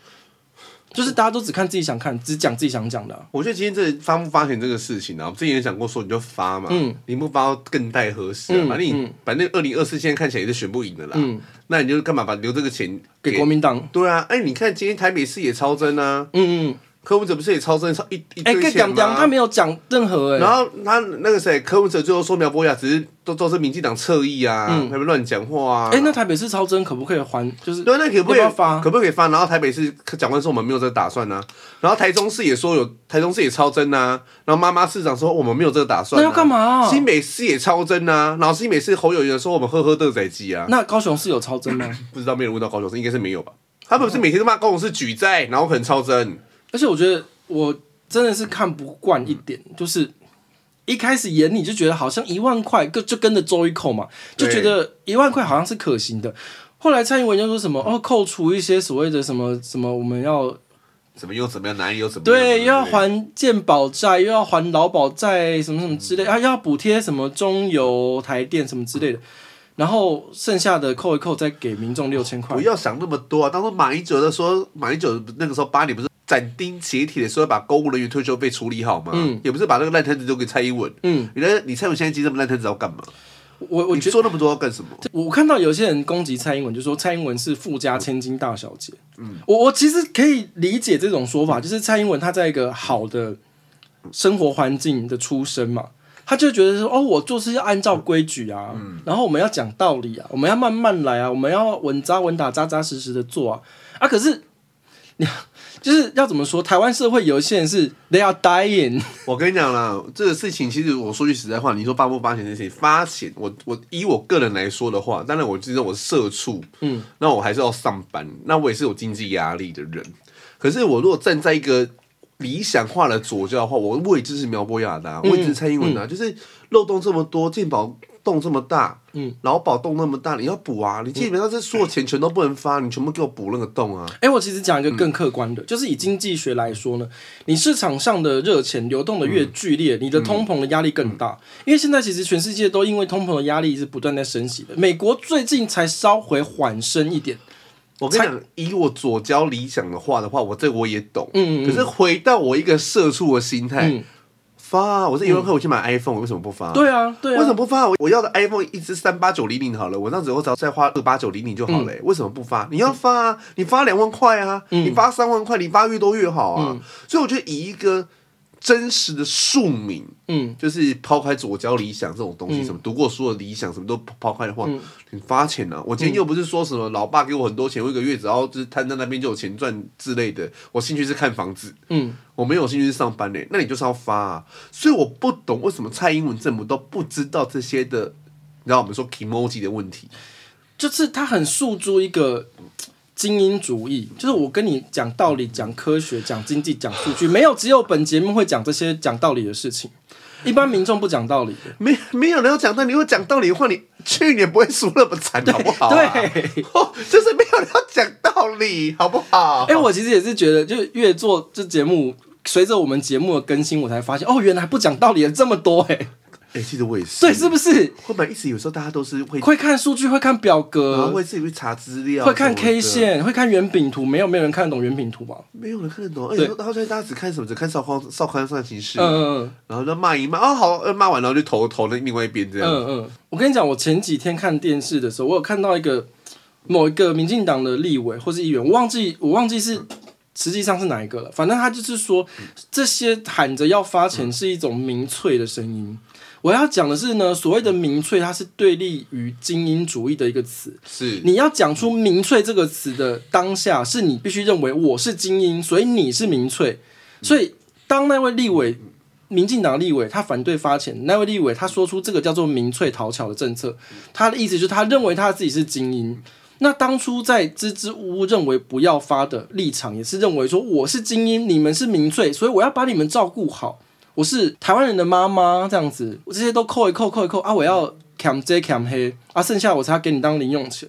Speaker 2: 就是大家都只看自己想看，只讲自己想讲的啊、
Speaker 1: 我觉得今天这发不发钱这个事情呢、啊，我之前也想过说你就发嘛，你不发更待何时、啊？
Speaker 2: 嗯
Speaker 1: 反正你、反正二零二四现在看起来也是选不赢的啦，那你就干嘛把留这个钱
Speaker 2: 给国民党，
Speaker 1: 对啊，哎、你看今天台北市也超增啊，
Speaker 2: 嗯嗯，
Speaker 1: 柯文哲不是也超增超一一
Speaker 2: 哎、
Speaker 1: 堆
Speaker 2: 跟
Speaker 1: 钱
Speaker 2: 讲讲，
Speaker 1: 吗？
Speaker 2: 他没有讲任何哎、
Speaker 1: 然后他那个谁，柯文哲最后说苗博雅只是都都是民进党侧翼啊，他们乱讲话啊。
Speaker 2: 嗯哎、那台北市超增可不可以还？就是
Speaker 1: 对，那可不可
Speaker 2: 要
Speaker 1: 以
Speaker 2: 不要发
Speaker 1: 可不可以发？然后台北市讲官说我们没有这个打算呢、然后台中市也说有，台中市也超增啊。然后妈妈市长说哦我们没有这个打算、
Speaker 2: 那
Speaker 1: 啊。
Speaker 2: 要干嘛啊、
Speaker 1: 新北市也超增啊，然后新北市侯友宜说我们喝喝豆仔鸡啊，
Speaker 2: 那高雄市有超增吗？
Speaker 1: 不知道没有问到高雄市，应该是没有吧？他们不是每天都骂高雄市举债，然后很超增，
Speaker 2: 而且我觉得我真的是看不惯一点，就是一开始眼里就觉得好像一万块跟就跟着周一扣嘛，就觉得一万块好像是可行的。后来蔡英文就说什么哦，扣除一些所谓的什么什么，我们要
Speaker 1: 怎么又怎么样，哪里又怎么样
Speaker 2: 对，又要。
Speaker 1: 不
Speaker 2: 还健保债，又要还劳保债，什么什么之类，啊，又要补贴什么中油、台电什么之类的，然后剩下的扣一扣，再给民众六千块
Speaker 1: 不。要想那么多啊！当初马英九的说，马英九那个时候八年不是斩钉截铁的说要把公务人员退休费处理好吗？也不是把那个烂摊子丢给蔡英文。
Speaker 2: 嗯，
Speaker 1: 你那你蔡英文现在记这么烂摊子要干嘛？
Speaker 2: 我我
Speaker 1: 你
Speaker 2: 觉得
Speaker 1: 说那么多要干什么？
Speaker 2: 我看到有些人攻击蔡英文，就说蔡英文是富家千金大小姐。嗯，我我其实可以理解这种说法，就是蔡英文她在一个好的生活环境的出身嘛，她就觉得说哦，我做事要按照规矩啊，然后我们要讲道理啊，我们要慢慢来啊，我们要稳扎稳打、扎扎实实的做啊啊！可是 [LAUGHS] 你就是要怎么说？台湾社会有一些人是 they are dying，
Speaker 1: 我跟你讲啦，这个事情其实我说句实在话，你说发不发钱这件事情，发钱，我我以我个人来说的话，当然我知道我是社畜，嗯，那我还是要上班，那我也是有经济压力的人。可是我如果站在一个理想化的左教的话，我我也支持苗博雅的、啊，我也支持蔡英文的、啊，就是漏洞这么多，健保洞这么大，嗯，劳保洞那么大，你要补啊，你基本上这所有钱全都不能发，你全部给我补那个洞啊。
Speaker 2: 哎、我其实讲一个更客观的，就是以经济学来说呢，你市场上的热钱流动的越剧烈，
Speaker 1: 嗯
Speaker 2: 你的通膨的压力更大。因为现在其实全世界都因为通膨的压力是不断在升息的，美国最近才稍回缓升一点。
Speaker 1: 我跟你讲，以我左交理想的话的话，我这我也懂。
Speaker 2: 嗯
Speaker 1: 可是回到我一个社畜的心态，发啊！我这一万块我去买 iPhone，、为什么不发？、
Speaker 2: 嗯对啊，对
Speaker 1: 为什
Speaker 2: 啊
Speaker 1: 么，不发？我我要的 iPhone 一支三八九零零好了，我那时候只要再花二八九零零就
Speaker 2: 嗯
Speaker 1: 好了、欸为什么不发？你要发啊！你发两万块啊！你发三万块，你发越多越好啊！
Speaker 2: 嗯
Speaker 1: 所以我觉得以一个真实的庶民，
Speaker 2: 嗯，
Speaker 1: 就是抛开左交理想这种东西，什么读过书的理想，什么都抛开的话，
Speaker 2: 嗯
Speaker 1: 你发钱啊！我今天又不是说什么老爸给我很多钱，我一个月只要就是摊在那边就有钱赚之类的。我兴趣是看房子，
Speaker 2: 嗯，
Speaker 1: 我没有兴趣是上班嘞、欸那你就是要发啊！所以我不懂为什么蔡英文政府都不知道这些的，你知道我们说 emoji 的问题，
Speaker 2: 就是他很诉诸一个精英主义，就是我跟你讲道理、讲科学、讲经济、讲数据，没有只有本节目会讲这些讲道理的事情，一般民众不讲道理的。
Speaker 1: 没没有人要讲道理，会讲道理的话，你去年不会输那么惨，好不好、啊？
Speaker 2: 对
Speaker 1: [LAUGHS] 哦，就是没有人要讲道理，好不好？
Speaker 2: 哎、我其实也是觉得，就是越做这节目，随着我们节目的更新，我才发现，哦，原来不讲道理的这么多哎、
Speaker 1: 哎、其实我也是，
Speaker 2: 对，是不是？
Speaker 1: 会不会一直有时候大家都是会，
Speaker 2: 会看数据，会看表
Speaker 1: 然后
Speaker 2: 格，
Speaker 1: 会自己去查资料，
Speaker 2: 会看 K，线，会看圆饼图，没有没有人看得懂圆饼图吧？
Speaker 1: 没有人看得懂。而哎且到现在大家只看什么？只看少康少康上行事，
Speaker 2: 嗯嗯
Speaker 1: 然后就骂一骂，哦好，呃骂完然后就投投了另外一边这
Speaker 2: 嗯
Speaker 1: 样。
Speaker 2: 嗯嗯。我跟你讲，我前几天看电视的时候，我有看到一个某一个民进党的立委或是议员，我忘记我忘记是。实际上是哪一个了？反正他就是说，这些喊着要发钱是一种民粹的声音。我要讲的是呢，所谓的民粹，它是对立于精英主义的一个词。
Speaker 1: 是，
Speaker 2: 你要讲出“民粹”这个词的当下，是你必须认为我是精英，所以你是民粹。所以当那位立委，民进党立委他反对发钱，那位立委他说出这个叫做“民粹讨巧”的政策，他的意思就是他认为他自己是精英。那当初在支支吾吾认为不要发的立场，也是认为说我是精英，你们是民粹，所以我要把你们照顾好。我是台湾人的妈妈，这样子，我这些都扣一扣，扣一扣啊！我要 cam 这 cam 黑啊，剩下我才要给你当零用钱。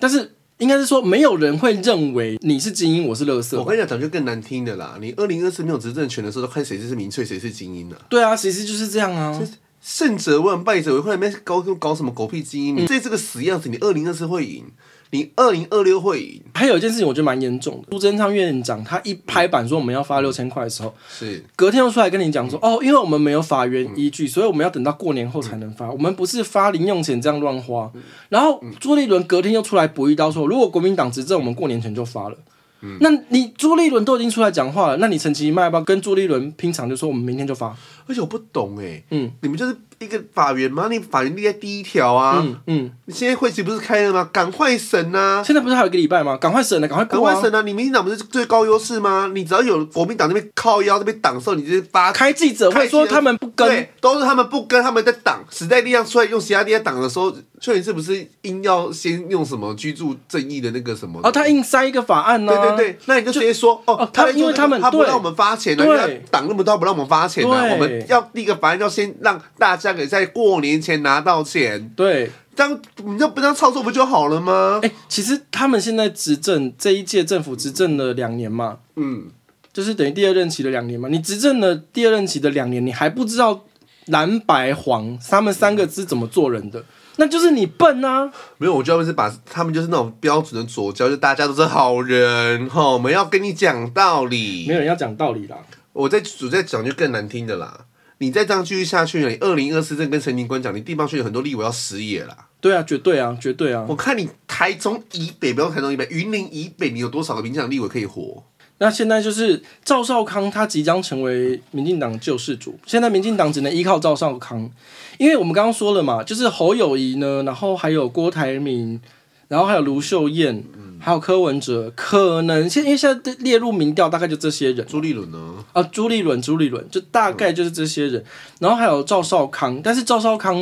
Speaker 2: 但是应该是说，没有人会认为你是精英，我是垃
Speaker 1: 我
Speaker 2: 圾。
Speaker 1: 跟你讲，讲句更难听的啦，你二零二四没有执政权的时候，都看谁是民粹，谁是精英的、
Speaker 2: 对啊，其实就是这样啊。
Speaker 1: 胜者问，败者为。后来面搞搞什么狗屁精英？
Speaker 2: 嗯
Speaker 1: 你这这个死样子，你二零二四会赢，你二零二六会赢，
Speaker 2: 还有一件事情，我觉得蛮严重的。朱贞昌院长他一拍板说我们要发六千块的时候，
Speaker 1: 是
Speaker 2: 隔天又出来跟你讲说，哦，因为我们没有法院
Speaker 1: 嗯
Speaker 2: 依据，所以我们要等到过年后才能发，我们不是发零用钱这样乱花。
Speaker 1: 嗯
Speaker 2: 然后朱立伦隔天又出来补一刀说，如果国民党执政，我们过年前就发了。
Speaker 1: 嗯
Speaker 2: 那你朱立伦都已经出来讲话了，那你陈其迈要不要跟朱立伦拼场，就说我们明天就发？
Speaker 1: 而且我不懂哎、
Speaker 2: 嗯
Speaker 1: 你们就是一个法源嘛，你法源立在第一条啊，
Speaker 2: 嗯嗯，
Speaker 1: 你现在会期不是开了吗？赶快审呐、啊！
Speaker 2: 现在不是还有一个礼拜吗？赶快审了，赶快
Speaker 1: 赶
Speaker 2: 过
Speaker 1: 快
Speaker 2: 啊！
Speaker 1: 审啊！你民进党不是最高优势吗？你只要有国民党那边靠腰那边挡的时候，你就是发
Speaker 2: 开记者会说他们不跟，
Speaker 1: 对，都是他们不跟，他们在挡时代力量出来用其他力量挡的时候，邱你是不是硬要先用什么居住正义的那个什么？
Speaker 2: 哦，他硬塞一个法案啊
Speaker 1: 对对
Speaker 2: 呢、
Speaker 1: 对，那你就直接说哦
Speaker 2: 哦，
Speaker 1: 他
Speaker 2: 他
Speaker 1: 们
Speaker 2: 因
Speaker 1: 做
Speaker 2: 为
Speaker 1: 这个
Speaker 2: 他们
Speaker 1: 他不
Speaker 2: 对
Speaker 1: 让我们发钱了，
Speaker 2: 对
Speaker 1: 因为他挡那么多不让我们发钱了，
Speaker 2: 对
Speaker 1: 我们要立个法案，要先让大家给在过年前拿到钱，
Speaker 2: 对
Speaker 1: 这样你就不这样操作不就好了吗？
Speaker 2: 哎、其实他们现在执政这一届政府执政了两年嘛，
Speaker 1: 嗯，
Speaker 2: 就是等于第二任期的两年嘛。你执政了第二任期的两年，你还不知道蓝白黄他们三个是怎么做人的，那就是你笨啊！
Speaker 1: 没有，我觉得他们是把他们就是那种标准的左交，就大家都是好人哈，吼我们要跟你讲道理
Speaker 2: 没。有人要讲道理啦。
Speaker 1: 我在我在讲就更难听的啦。你再这样继续下去，你二零二四正跟陈林官讲，你地方选有很多立委要失业啦。
Speaker 2: 对啊，绝对啊，绝对啊。
Speaker 1: 我看你台中以北，不要台中以北，云林以北，你有多少个民进党立委可以活？
Speaker 2: 那现在就是赵少康，他即将成为民进党救世主。现在民进党只能依靠赵少康，因为我们刚刚说了嘛，就是侯友谊呢，然后还有郭台铭，然后还有卢秀燕，还有柯文哲，可能现因为现在列入民调大概就这些人
Speaker 1: 朱立伦呢？
Speaker 2: 啊，朱立伦、朱立伦，就大
Speaker 1: 嗯
Speaker 2: 概就是这些人，然后还有赵少康，但是赵少康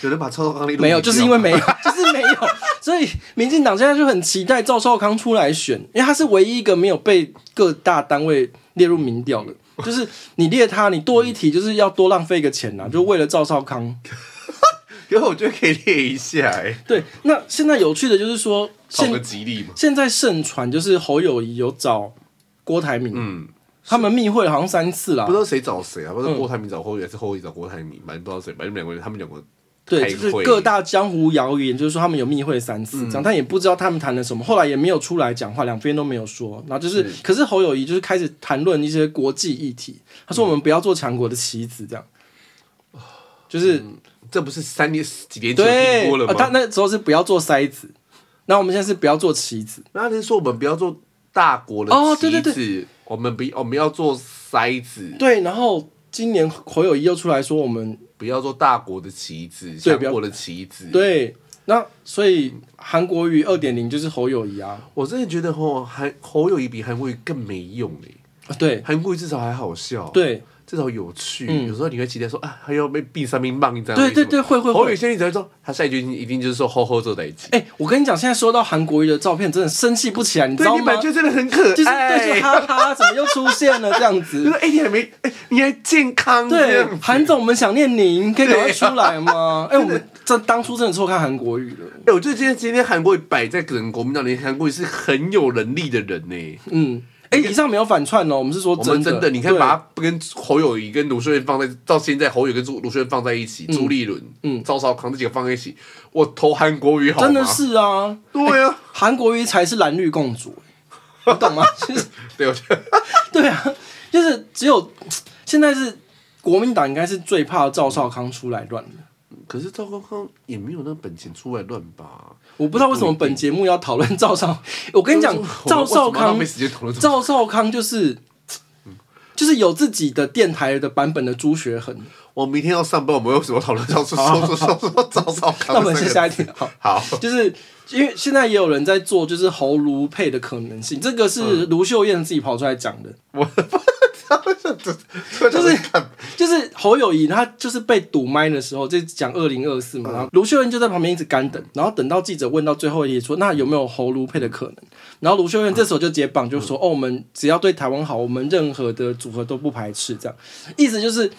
Speaker 1: 有人把超超刚力
Speaker 2: 没有，就是因为没 [LAUGHS] 有，就是没有，所以民进党现在就很期待赵少康出来选，因为他是唯一一个没有被各大单位列入民
Speaker 1: [LAUGHS]
Speaker 2: 调的。就是你列他，你多一题就是要多浪费一个钱啊
Speaker 1: 嗯
Speaker 2: 呐、就为了赵少康。
Speaker 1: 然后我觉得可以列一下、欸，
Speaker 2: 对，那现在有趣的就是说，
Speaker 1: [LAUGHS] 讨个
Speaker 2: [LAUGHS] 现
Speaker 1: 吉利嘛。
Speaker 2: 现在盛传就是侯友谊有找郭台铭，
Speaker 1: 嗯，
Speaker 2: 他们密会好像三次啦
Speaker 1: 不知，道谁找谁啊？不知道郭台铭找侯友宜，还是侯友宜找郭台铭，反正不知道谁，反正两个人他们两个
Speaker 2: 对，
Speaker 1: 开
Speaker 2: 就是
Speaker 1: 会嗯
Speaker 2: 各大江湖谣言，就是说他们有密会三次这样，但也不知道他们谈了什么，后来也没有出来讲话，两边都没有说。然后就是，
Speaker 1: 嗯
Speaker 2: 可是侯友谊就是开始谈论一些国际议题，他说我们不要做强国的棋子，这样，
Speaker 1: 哦
Speaker 2: 就是、
Speaker 1: 这不是三年几年前
Speaker 2: 对
Speaker 1: 嗯听过了，吗？
Speaker 2: 哦他那时候是不要做筛子，那我们现在是不要做棋子，
Speaker 1: 那他是说我们不要做大国的棋子，
Speaker 2: 哦对对
Speaker 1: 我们不哦我们要做筛子，
Speaker 2: 对，然后。今年侯友谊又出来说我们
Speaker 1: 不要做大国的棋子，
Speaker 2: 对
Speaker 1: 小
Speaker 2: 不要
Speaker 1: 国的棋子。，
Speaker 2: 对，那所以韩国瑜二点零就是侯友谊啊，
Speaker 1: 我真的觉得吼韩侯友谊比韩国瑜更没用诶、
Speaker 2: 啊对
Speaker 1: 韩国瑜至少还好笑，，
Speaker 2: 对嗯
Speaker 1: 至少有趣。有时候你会期待说啊，还要被毙三命棒这样。
Speaker 2: 对对对，会会
Speaker 1: 侯
Speaker 2: 会
Speaker 1: 友谊，先你只会说他下一句一定就是说吼吼做在一起。
Speaker 2: 哎、我跟你讲，现在收到韩国瑜的照片，真的生气不起来，你知
Speaker 1: 对
Speaker 2: 道
Speaker 1: 你
Speaker 2: 吗？
Speaker 1: 本
Speaker 2: 就
Speaker 1: 就是哎真的很可
Speaker 2: 对，
Speaker 1: 爱，
Speaker 2: 就哈哈，怎么又出现了这样
Speaker 1: 就 [LAUGHS]
Speaker 2: 子
Speaker 1: 是？哎、你还没哎、你还健康这
Speaker 2: 对
Speaker 1: 样，子。
Speaker 2: 韩总，我们想念您，可以赶快出来吗？哎、我们这当初真的错看韩国瑜了。
Speaker 1: 哎、我觉得今天今天韩国瑜摆在整个国民党里，韩国瑜是很有能力的人呢、
Speaker 2: 嗯，哎、哎、以上没有反串哦，我们是说
Speaker 1: 我
Speaker 2: 真
Speaker 1: 们
Speaker 2: 的，
Speaker 1: 真的，你看
Speaker 2: 对
Speaker 1: 把他跟侯友谊跟卢秀燕放在到现在，侯友宜跟朱卢秀燕放在一起，朱立伦、嗯，赵少康这几个放在一起，我投韩国瑜好吗？
Speaker 2: 真的，是啊，
Speaker 1: [LAUGHS] 对啊，
Speaker 2: 韩国瑜才是蓝绿共主，欸你
Speaker 1: [LAUGHS]
Speaker 2: 懂吗？就是
Speaker 1: 对，我觉得
Speaker 2: 对啊，就是只有现在是国民党应该是最怕赵少康出来乱的。
Speaker 1: 可是赵康康也没有那本钱出来乱吧？
Speaker 2: 我不知道为什么本节目要讨论赵少， [LAUGHS] 我跟你讲
Speaker 1: 我们，
Speaker 2: 赵少
Speaker 1: 我们浪
Speaker 2: 康
Speaker 1: 费，时间讨论这种
Speaker 2: 赵少康就是就是有自己的电台的版本的朱学恒。
Speaker 1: 我明天要上班，我们为什么讨论赵说说说说说赵少康？
Speaker 2: 那我们先下一题好。
Speaker 1: [LAUGHS] 好，
Speaker 2: 就是因为现在也有人在做，就是侯卢配的可能性，这个
Speaker 1: 嗯
Speaker 2: 是卢秀燕自己跑出来讲的，
Speaker 1: [LAUGHS] 就是
Speaker 2: 就是侯友谊他就是被堵麦的时候，就讲二零二四嘛，然后卢秀燕就在旁边一直干等，然后等到记者问到最后一题说那有没有侯卢配的可能，然后卢秀燕这时候就解绑，就说、哦，我们只要对台湾好，我们任何的组合都不排斥，这样意思就是。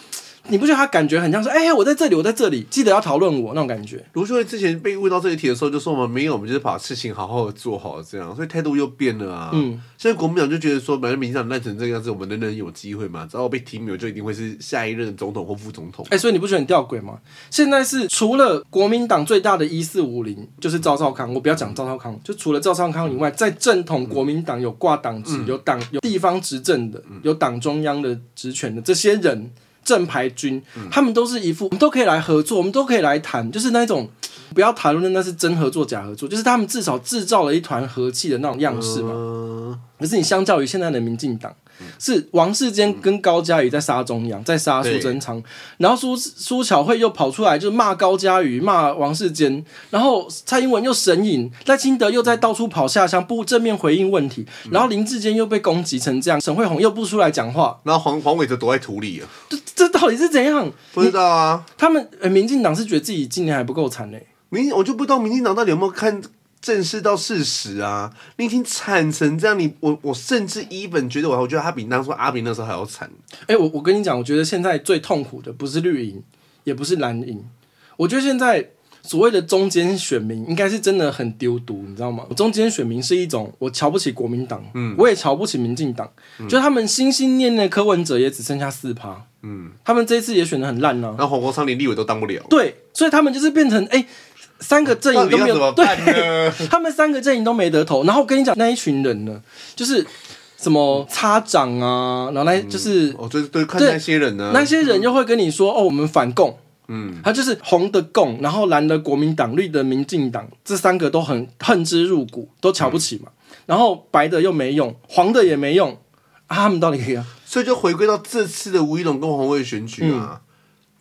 Speaker 2: 你不觉得他感觉很像说，哎、我在这里，我在这里，记得要讨论我那种感觉？
Speaker 1: 卢秀燕之前被问到这一题的时候，就说我们没有，我们就是把事情好好的做好，这样，所以态度又变了啊。嗯，现在国民党就觉得说，本来民进党烂成这个样子，我们仍然有机会嘛，只要我被提名，我就一定会是下一任总统或副总统
Speaker 2: 哎、。所以你不觉得很吊诡吗？现在是除了国民党最大的一四五零就是赵少康，我不要讲赵少康，就除了赵少康以外，在正统国民党有挂党职、有党、有地方执政的、有党中央的职权的这些人，正牌军，他们都是一副我们都可以来合作，我们都可以来谈，就是那种。不要谈论那是真合作假合作，就是他们至少制造了一团和气的那种样式嘛。
Speaker 1: 嗯，
Speaker 2: 可是你相较于现在的民进党，是王世坚跟高嘉瑜在杀中央，在杀苏贞昌，然后苏苏巧慧又跑出来就骂高嘉瑜，骂王世坚，然后蔡英文又神隐，赖清德又在到处跑下乡，不正面回应问题，然后林志坚又被攻击成这样，沈惠宏又不出来讲话，
Speaker 1: 然后黄黄伟哲躲在土里啊，
Speaker 2: 这这到底是怎样？
Speaker 1: 不知道啊。
Speaker 2: 他们、呃、民进党是觉得自己今年还不够惨嘞、
Speaker 1: 民我就不知道民进党到底有没有看正视到事实啊！你已经惨成这样，你我我甚至 even 觉得我我觉得他比当初阿炳那时候还要惨。
Speaker 2: 哎、我我跟你讲，我觉得现在最痛苦的不是绿营，也不是蓝营，我觉得现在所谓的中间选民应该是真的很丢毒，你知道吗？中间选民是一种我瞧不起国民党，嗯，我也瞧不起民进党，
Speaker 1: 嗯
Speaker 2: 就他们心心念念柯文哲也只剩下四趴，嗯，他们这一次也选的很烂呢、
Speaker 1: 然后黄国昌连立委都当不了，
Speaker 2: 对，所以他们就是变成哎、三个阵
Speaker 1: 到
Speaker 2: 营
Speaker 1: 底
Speaker 2: 都
Speaker 1: 要
Speaker 2: 没
Speaker 1: 怎么
Speaker 2: 有对。
Speaker 1: 办呢？
Speaker 2: [LAUGHS] 他们三个阵营都没得投。然后我跟你讲，那一群人呢，就是什么擦掌啊，然后那就是、
Speaker 1: 我哦就对看那些人呢、
Speaker 2: 那些人又会跟你说：“哦，我们反共。”嗯，他就是红的共，然后蓝的国民党，绿的民进党，这三个都很恨之入骨，都瞧不起嘛。然后白的又没用，黄的也没用，啊，他们到底可以啊？
Speaker 1: 所以就回归到这次的吴一龙跟黄伟选举啊，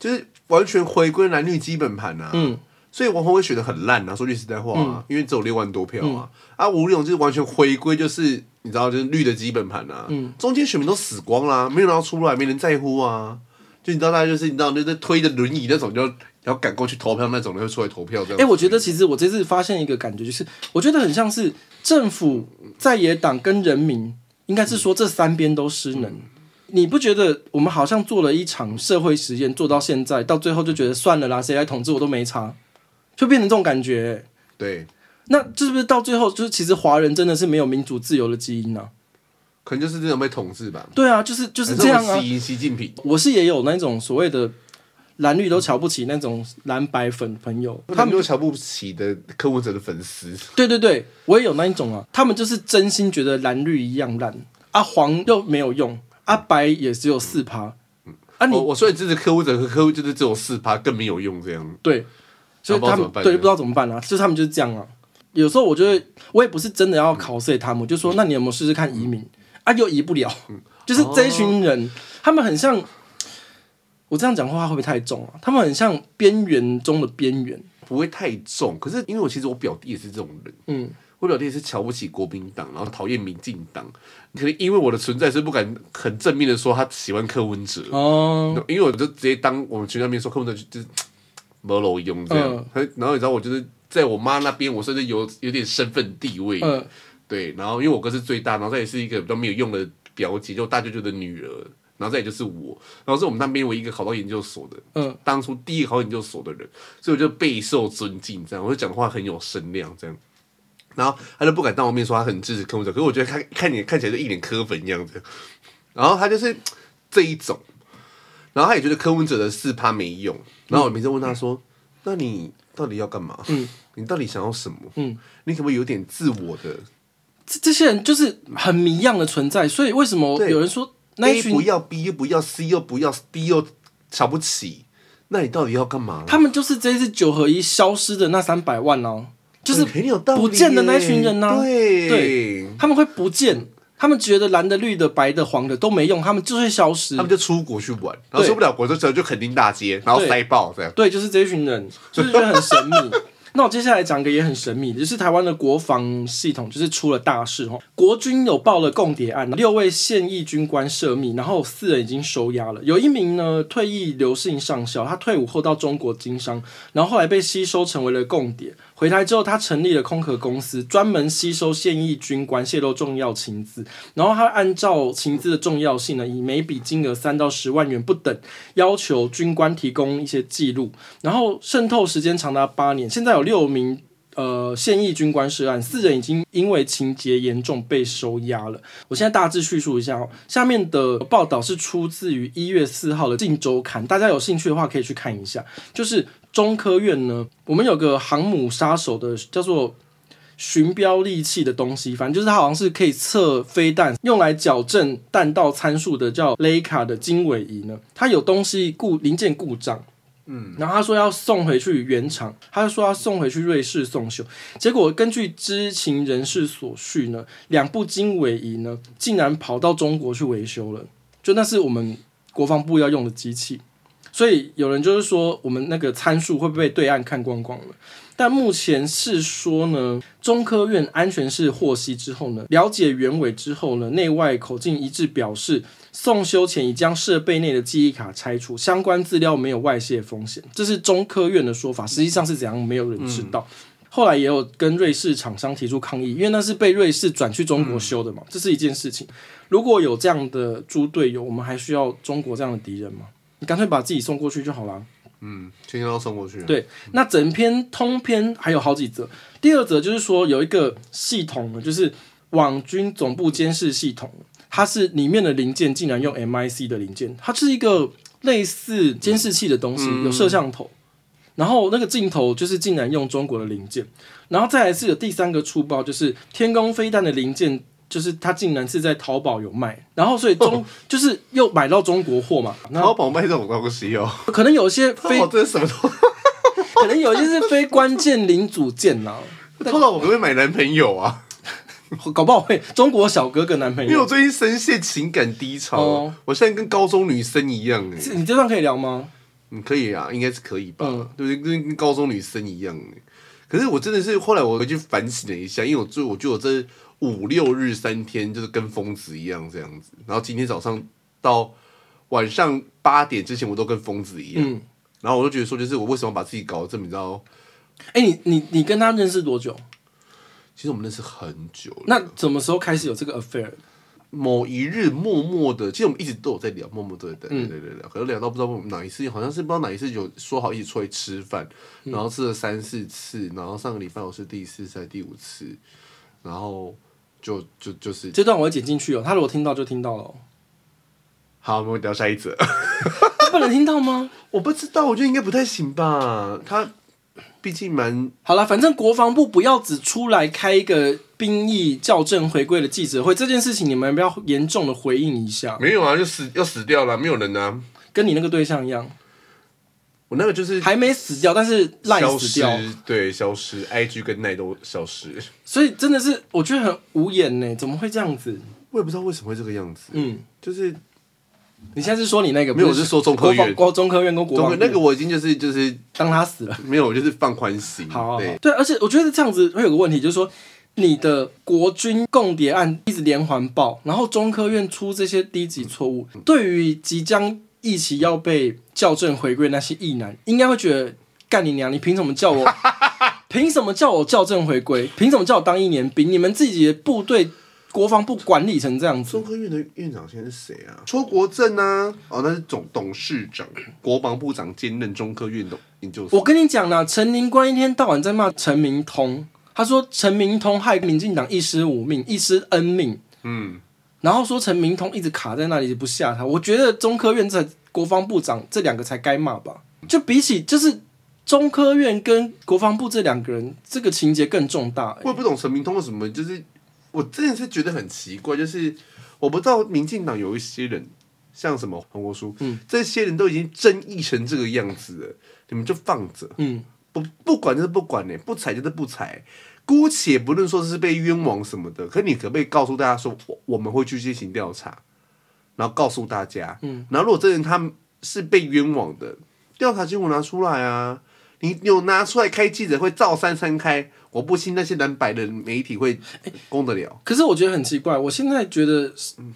Speaker 1: 就是完全回归蓝绿基本盘啊。
Speaker 2: 嗯，
Speaker 1: 所以王宏伟选的很烂啊，说句实在话啊，因为只有六万多票
Speaker 2: 嗯
Speaker 1: 啊。啊，吴一龙就是完全回归，就是你知道，就是绿的基本盘啊。
Speaker 2: 嗯
Speaker 1: 中间选民都死光啦、没有人要出来，没人在乎啊。就你知道，大家就是你知道，就是推着轮椅那种，就要要赶过去投票那种，人会出来投票这样。
Speaker 2: 哎、我觉得其实我这次发现一个感觉，就是我觉得很像是政府、在野党跟人民，应该是说这三边都失能。你不觉得我们好像做了一场社会实验，做到现在，到最后就觉得算了啦，谁来统治我都没差，就变成这种感觉欸、
Speaker 1: 对，
Speaker 2: 那是不是到最后，就是其实华人真的是没有民主自由的基因呢、
Speaker 1: 可能就是这种被统治吧，
Speaker 2: 对啊，就是就是
Speaker 1: 还
Speaker 2: 这样
Speaker 1: 我们
Speaker 2: 啊。
Speaker 1: 习习近平。
Speaker 2: 我是也有那种所谓的蓝绿都瞧不起那种蓝白粉朋友，
Speaker 1: 他们都瞧不起的柯文哲的粉丝，
Speaker 2: 对对对，我也有那一种啊，他们就是真心觉得蓝绿一样烂啊，黄又没有用啊，白也只有四趴啊你，
Speaker 1: 哦我我所以支持柯文哲和柯文哲就是只有四趴更没有用这样。
Speaker 2: 对，所以他
Speaker 1: 那不知道怎
Speaker 2: 们
Speaker 1: 么办
Speaker 2: 对
Speaker 1: 对
Speaker 2: 不知道怎么办啊，就是他们就是这样啊。有时候我觉得我也不是真的要考试他们，我就
Speaker 1: 嗯
Speaker 2: 说那你有没有试试看移民啊？又移不了，就是这一群
Speaker 1: 哦
Speaker 2: 人，他们很像。我这样讲话会不会太重啊？他们很像边缘中的边缘，
Speaker 1: 不会太重，可是因为我其实我表弟也是这种人，
Speaker 2: 嗯，
Speaker 1: 我表弟也是瞧不起国民党，然后讨厌民进党，可能因为我的存在，所以不敢很正面的说他喜欢柯文哲，
Speaker 2: 哦，
Speaker 1: 因为我就直接当我们群那边说柯文哲就是没路用这
Speaker 2: 嗯
Speaker 1: 样，然后你知道我就是在我妈那边，我甚至有有点身份地位，
Speaker 2: 嗯，
Speaker 1: 对，然后因为我哥是最大，然后她也是一个比较没有用的表姐，就大舅舅的女儿，然后再也就是我，然后是我们那边唯一一个考到研究所的，
Speaker 2: 嗯，
Speaker 1: 当初第一个考研究所的人，所以我就备受尊敬，这样，我就讲话很有声量，这样。然后他就不敢当我面说他很支持柯文哲，可是我觉得他看你看起来就一脸柯粉一样子。然后他就是这一种，然后他也觉得柯文哲的四趴没用。然后我每次问他说：“那你到底要干嘛？嗯，你到底想要什么？嗯，你可不可以有点自我的？
Speaker 2: 这这些人就是很谜样的存在，所以为什么有人说那一
Speaker 1: A 不
Speaker 2: 群
Speaker 1: 要，B 又不要，C 又不要，D 又瞧不起，那你到底要干嘛？
Speaker 2: 他们就是这次九合一消失的那三百万哦、就是
Speaker 1: 嗯很有道理耶
Speaker 2: 不见的那群人呐、
Speaker 1: 对
Speaker 2: 对，他们会不见，他们觉得蓝的、绿的、白的、黄的都没用，他们就会消失
Speaker 1: 他。们就出国去玩，然后
Speaker 2: 对
Speaker 1: 受不了国之后就垦丁大街，然后
Speaker 2: 对
Speaker 1: 塞爆这样。
Speaker 2: 对，就是这一群人，就是觉得很神秘。
Speaker 1: [LAUGHS]
Speaker 2: 那我接下来讲个也很神秘的，就是台湾的国防系统就是出了大事哦，国军有报了共谍案，六位现役军官涉密，然后四人已经收押了，有一名呢退役刘姓上校，他退伍后到中国经商，然后后来被吸收成为了共谍，回台之后他成立了空壳公司，专门吸收现役军官泄露重要情资，然后他按照情资的重要性呢，以每笔金额三到十万元不等，要求军官提供一些记录，然后渗透时间长达八年，现在有六名。呃，现役军官涉案，四人已经因为情节严重被收押了。我现在大致叙述一下哦，下面的报道是出自于一月四号的《镜周刊》，大家有兴趣的话可以去看一下。就是中科院呢，我们有个航母杀手的叫做巡标利器的东西，反正就是它好像是可以测飞弹，用来矫正弹道参数的叫雷卡的经纬仪呢，它有东西故零件故障。嗯，然后他说要送回去原厂，他就说要送回去瑞士送修。结果根据知情人士所叙呢，两部经纬仪呢竟然跑到中国去维修了，就那是我们国防部要用的机器，所以有人就是说我们那个参数会不会被对岸看光光了？但目前是说呢，中科院安全室获悉之后呢，了解原委之后呢，内外口径一致表示，送修前已将设备内的记忆卡拆除，相关资料没有外泄风险。这是中科院的说法，实际上是怎样，没有人知道。后来也有跟瑞士厂商提出抗议，因为那是被瑞士转去中国修的嘛，这是一件事情。如果有这样的猪队友，我们还需要中国这样的敌人吗？你干脆把自己送过去就好啦。
Speaker 1: 嗯，全都送过去。
Speaker 2: 对，那整篇通篇还有好几则。第二则就是说有一个系统呢，就是网军总部监视系统，它是里面的零件竟然用 MIC 的零件，它是一个类似监视器的东西，有摄像头，然后那个镜头就是竟然用中国的零件，然后再来是有第三个粗暴，就是天宫飞弹的零件。就是它竟然是在淘宝有卖，然后所以中、就是又买到中国货嘛，然后
Speaker 1: 淘宝卖这种东西哦，
Speaker 2: 可能有一些
Speaker 1: 淘 [LAUGHS]
Speaker 2: 非
Speaker 1: 宝真的什么
Speaker 2: [LAUGHS]
Speaker 1: 都，
Speaker 2: 可能有一些是非关键零组件啊呐、
Speaker 1: 淘宝我会买男朋友啊，
Speaker 2: 搞不好会中国小哥哥男朋
Speaker 1: 因为我
Speaker 2: 友。
Speaker 1: 最近深陷情感低潮，
Speaker 2: 哦
Speaker 1: 我现在跟高中女生一样哎、
Speaker 2: 你这段可以聊吗？
Speaker 1: 嗯，可以啊，应该是可以吧？
Speaker 2: 嗯
Speaker 1: 对不对？跟跟高中女生一样哎、可是我真的是后来我回去反省了一下，因为我就我觉得我这五六日三天就是跟疯子一样这样子，然后今天早上到晚上八点之前我都跟疯子一样，
Speaker 2: 嗯
Speaker 1: 然后我就觉得说，就是我为什么把自己搞得这么你知道？
Speaker 2: 哎、你你你跟他认识多久？
Speaker 1: 其实我们认识很久了，
Speaker 2: 那什么时候开始有这个 affair？
Speaker 1: 某一日默默的，其实我们一直都有在聊，默默都有在聊，对对对，可是聊到不知道哪一次，好像是不知道哪一次有说好一起出来吃饭，然后吃了三四次，然后上个礼拜我是第四次还是第五次，然后就就就是
Speaker 2: 这段我会剪进去哦。他如果听到就听到了、哦，
Speaker 1: 好，我们聊下一则。
Speaker 2: 他本人听到吗？ [LAUGHS]
Speaker 1: 我不知道，我觉得应该不太行吧，他毕竟蛮
Speaker 2: 好了，反正国防部不要只出来开一个兵役校正回归的记者会，这件事情你们要不要严重的回应一下，
Speaker 1: 没有啊，就死要死掉了，没有人啊，
Speaker 2: 跟你那个对象一样，
Speaker 1: 我那个就是
Speaker 2: 还没死掉，但是赖
Speaker 1: 消
Speaker 2: 死掉，
Speaker 1: 失，对，消失，IG 跟奈都消失，
Speaker 2: 所以真的是我觉得很无言呢，怎么会这样子？
Speaker 1: 我也不知道为什么会这个样子，
Speaker 2: 嗯。
Speaker 1: 就是。
Speaker 2: 你现在是说你那个？
Speaker 1: 没有
Speaker 2: 不
Speaker 1: 我是说中科院
Speaker 2: 国防国中科院跟国
Speaker 1: 中
Speaker 2: 防
Speaker 1: 国
Speaker 2: 部
Speaker 1: 那个我已经就是就是
Speaker 2: 当他死了。
Speaker 1: 没有，我就是放宽心。
Speaker 2: 好好好
Speaker 1: 对，
Speaker 2: 对，而且我觉得这样子会有个问题，就是说你的国军共谍案一直连环爆，然后中科院出这些低级错误，对于即将一起要被校正回归那些异男，应该会觉得干你娘！你凭什么
Speaker 1: [LAUGHS]
Speaker 2: 叫我？凭什么叫我校正回归？凭什么叫我当一年兵？你们自己的部队国防部管理成这样子
Speaker 1: 中，科院的院长现在是谁啊？邱国正啊，哦，那是总董事长，国防部长兼任中科院的研究所。
Speaker 2: 我跟你讲啦，陈宁官一天到晚在骂陈明通，他说陈明通害民进党一失五命，一失 N 命，
Speaker 1: 嗯，
Speaker 2: 然后说陈明通一直卡在那里不下台，我觉得中科院这国防部长这两个才该骂吧。就比起就是中科院跟国防部这两个人，这个情节更重大、
Speaker 1: 我也不懂陈明通为什么，就是我真的是觉得很奇怪，就是我不知道民进党有一些人，像什么黄国书，嗯，这些人都已经争议成这个样子了，你们就放着，
Speaker 2: 嗯，
Speaker 1: 不不管就是不管呢、不踩就是不踩。姑且不论说是被冤枉什么的，可你可不可以告诉大家说，我我们会去进行调查，然后告诉大家，嗯，然后如果真的他们是被冤枉的，调查结果拿出来啊，你有拿出来开记者会，照三三开，我不信那些蓝白的媒体会
Speaker 2: 哎
Speaker 1: 攻得了。
Speaker 2: 可是我觉得很奇怪，我现在觉得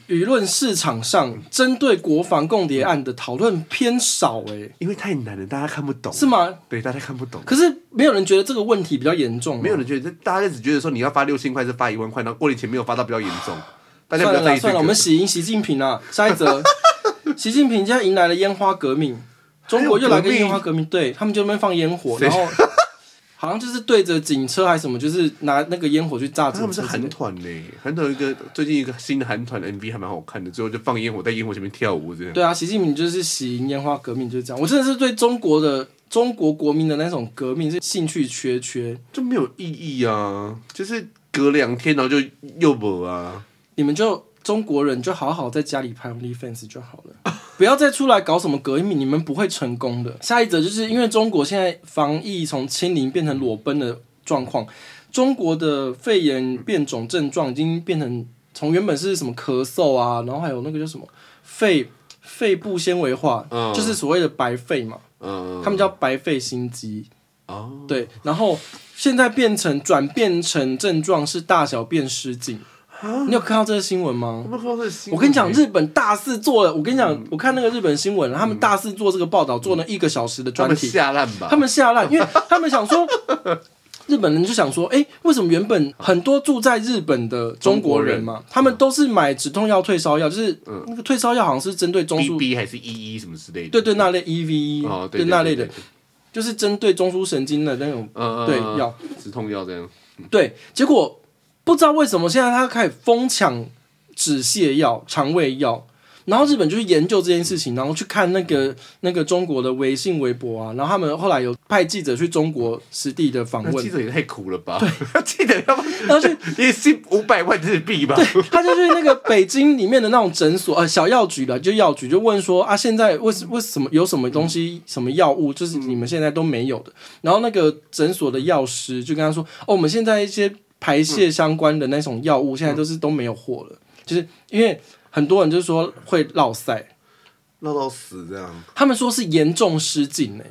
Speaker 2: 舆论市场上针对国防共谍案的讨论偏少、诶，
Speaker 1: 因为太难了，大家看不懂，
Speaker 2: 是吗？
Speaker 1: 对，大家看不懂，
Speaker 2: 可是没有人觉得这个问题比较严重、
Speaker 1: 没有人觉得，大家只觉得说你要发六千块是发一万块，然后过年前没有发到比较严重，大家
Speaker 2: 啊
Speaker 1: 不
Speaker 2: 算了
Speaker 1: 要在
Speaker 2: 啦
Speaker 1: 意这
Speaker 2: 算了，我们
Speaker 1: 个。
Speaker 2: 喜迎习近平啦。下
Speaker 1: [LAUGHS]
Speaker 2: 一则，习近平现在迎来了烟花革命，中国又来个烟花革命，对他们就在那边放烟火，
Speaker 1: [LAUGHS]
Speaker 2: 然后好像就是对着警车还是什么，就是拿那个烟火去炸警
Speaker 1: 他们是
Speaker 2: 车之类
Speaker 1: 韩
Speaker 2: 的。
Speaker 1: 团呢，韩团有一个最近一个新的韩团的 MV 还蛮好看的，最后就放烟火在烟火前面跳舞这样。
Speaker 2: 对啊，习近平就是喜迎烟花革命，就是这样。我真的是对中国的中国国民的那种革命是兴趣缺缺。
Speaker 1: 就没有意义啊！就是隔两天，然后就又没啊。
Speaker 2: 你们就中国人就好好在家里拍 OnlyFans 就好了， [LAUGHS] 不要再出来搞什么革命，你们不会成功的。下一则就是因为中国现在防疫从清零变成裸奔的状况，中国的肺炎变种症状已经变成从原本是什么咳嗽啊，然后还有那个叫什么肺肺部纤维化，
Speaker 1: 嗯
Speaker 2: 就是所谓的白肺嘛，
Speaker 1: 嗯，
Speaker 2: 他们叫白肺心肌。
Speaker 1: 哦，
Speaker 2: 对，然后现在变成转变成症状是大小便失禁。你有看到这个新闻吗
Speaker 1: 我？们说是新闻
Speaker 2: 我跟你讲，日本大肆做了。我跟你讲，我看那个日本新闻，他们大肆做这个报道，做了一个小时的
Speaker 1: 他
Speaker 2: 专
Speaker 1: 们
Speaker 2: 题，
Speaker 1: 下烂吧？
Speaker 2: 他们吓烂，因为他们想说， [LAUGHS] 日本人就想说，哎、为什么原本很多住在日本的中国人嘛，他们都是买止痛药、退烧药，就是那个退烧药好像是针对中
Speaker 1: B
Speaker 2: 枢，
Speaker 1: B 还是 E E 什么之类的？
Speaker 2: 对对，那类 E EV，、
Speaker 1: 哦，对
Speaker 2: 对那类，的
Speaker 1: 对，对
Speaker 2: 就是针对中枢神经的那种
Speaker 1: 嗯，
Speaker 2: 对
Speaker 1: 嗯
Speaker 2: 药，
Speaker 1: 止痛药这样。
Speaker 2: 对，结果不知道为什么现在他开始疯抢止泻药、肠胃药，然后日本就是研究这件事情，然后去看那个那个中国的微信、微博啊，然后他们后来有派记者去中国实地的访
Speaker 1: 那记
Speaker 2: 问，
Speaker 1: 者也太苦了吧？ [LAUGHS] 记者要不
Speaker 2: 然后去
Speaker 1: [LAUGHS] 也是五百万日币吧？
Speaker 2: [LAUGHS] 他就去那个北京里面的那种诊所，呃，小药局了，就药局就问说啊，现在为什为什么有什么东西、什么药物，就是你们现在都没有的。然后那个诊所的药师就跟他说，哦，我们现在一些排泄相关的那种药物，现在都是都没有货了，嗯就是因为很多人就说会落塞，
Speaker 1: 闹到死这样。
Speaker 2: 他们说是严重失禁呢、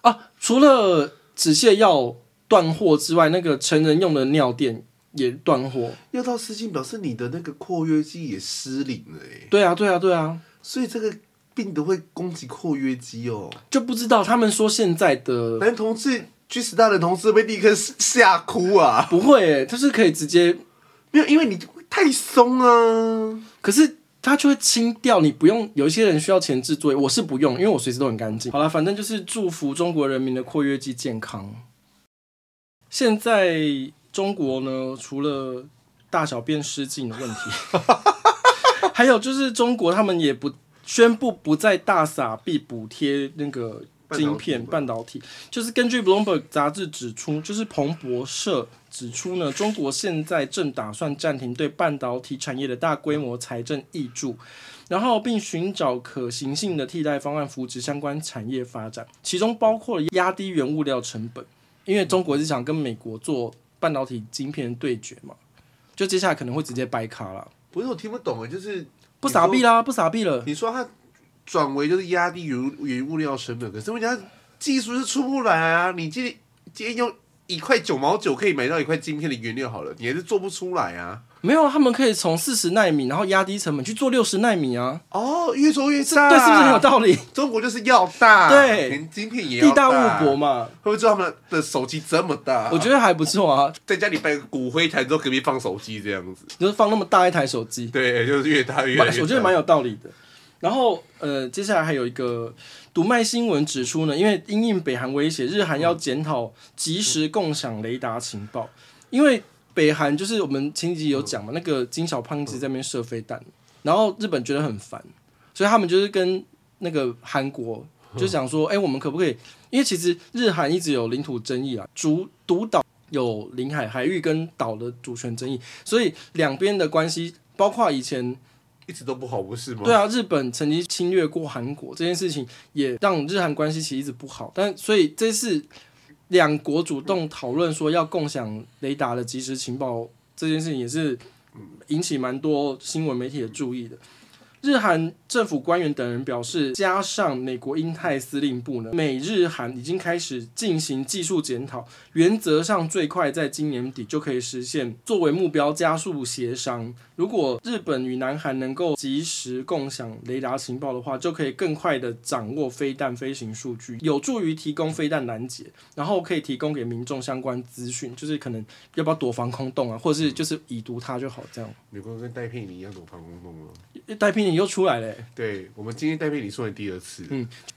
Speaker 2: 啊，除了止泻药断货之外，那个成人用的尿垫也断货。
Speaker 1: 要到失禁，表示你的那个括约肌也失灵了哎，
Speaker 2: 对啊，对啊，对啊。
Speaker 1: 所以这个病毒会攻击括约肌哦。
Speaker 2: 就不知道他们说现在的
Speaker 1: 男同志去死大的同志会立刻吓哭啊！
Speaker 2: 不会、欸，就是可以直接，
Speaker 1: 没有，因为你太松啊。
Speaker 2: 可是它就会清掉，你不用。有一些人需要前置作业，我是不用，因为我随时都很干净。好啦，反正就是祝福中国人民的括约肌健康。现在中国呢，除了大小便失禁的问题， [LAUGHS] 还有就是中国他们也不宣布不再大撒币补贴那个晶片半
Speaker 1: 半
Speaker 2: 导体，就是根据 Bloomberg 杂志指出，就是彭博社指出呢，中国现在正打算暂停对半导体产业的大规模财政益助，然后并寻找可行性的替代方案，扶植相关产业发展，其中包括了压低原物料成本，因为中国是想跟美国做半导体晶片对决嘛，就接下来可能会直接掰卡了。
Speaker 1: 不是我听不懂啊，就是
Speaker 2: 不傻逼啦，不傻逼了。
Speaker 1: 你说它转为就是压低原原物料成本，可是问题它技术是出不来啊。你今天今天用一块九毛九可以买到一块晶片的原料好了，你还是做不出来啊。
Speaker 2: 没有，他们可以从四十纳米，然后压低成本去做六十纳米啊，
Speaker 1: 哦，越做越大，
Speaker 2: 对，是不是很有道理？
Speaker 1: 中国就是要大，
Speaker 2: 对
Speaker 1: 连晶片啊也要
Speaker 2: 地大物博
Speaker 1: 嘛。
Speaker 2: 嘛，
Speaker 1: 会不会知道他们的手机这么大？
Speaker 2: 我觉得还不错啊，
Speaker 1: 在家里摆个骨灰坛之后，隔壁放手机这样子，
Speaker 2: 就是放那么大一台手机，
Speaker 1: 对，就是越大越来越
Speaker 2: 蛮
Speaker 1: 大。
Speaker 2: 我觉得蛮有道理的。然后呃，接下来还有一个读卖新闻指出呢，因为因应北韩威胁，日韩要检讨及时共享雷达情报，因为北韩就是我们前几集有讲嘛，那个金小胖子在那边射飞弹，然后日本觉得很烦，所以他们就是跟那个韩国就想说，哎、我们可不可以？因为其实日韩一直有领土争议啊，主独岛有领海海域跟岛的主权争议，所以两边的关系，包括以前
Speaker 1: 一直都不好，不是吗？
Speaker 2: 对啊，日本曾经侵略过韩国这件事情，也让日韩关系其实一直不好。但所以这次两国主动讨论说要共享雷达的即时情报这件事情，也是引起蛮多新闻媒体的注意的。日韩政府官员等人表示，加上美国印太司令部呢，美日韩已经开始进行技术检讨，原则上最快在今年底就可以实现，作为目标加速协商。如果日本与南韩能够及时共享雷达情报的话，就可以更快的掌握飞弹飞行数据，有助于提供飞弹拦截，然后可以提供给民众相关资讯，就是可能要不要躲防空洞啊，或者是就是已读它就好这样。
Speaker 1: 美国跟戴佩妮一样躲防空洞了。
Speaker 2: 戴平你又出来了欸、
Speaker 1: 对，我们今天戴佩妮说的第二次，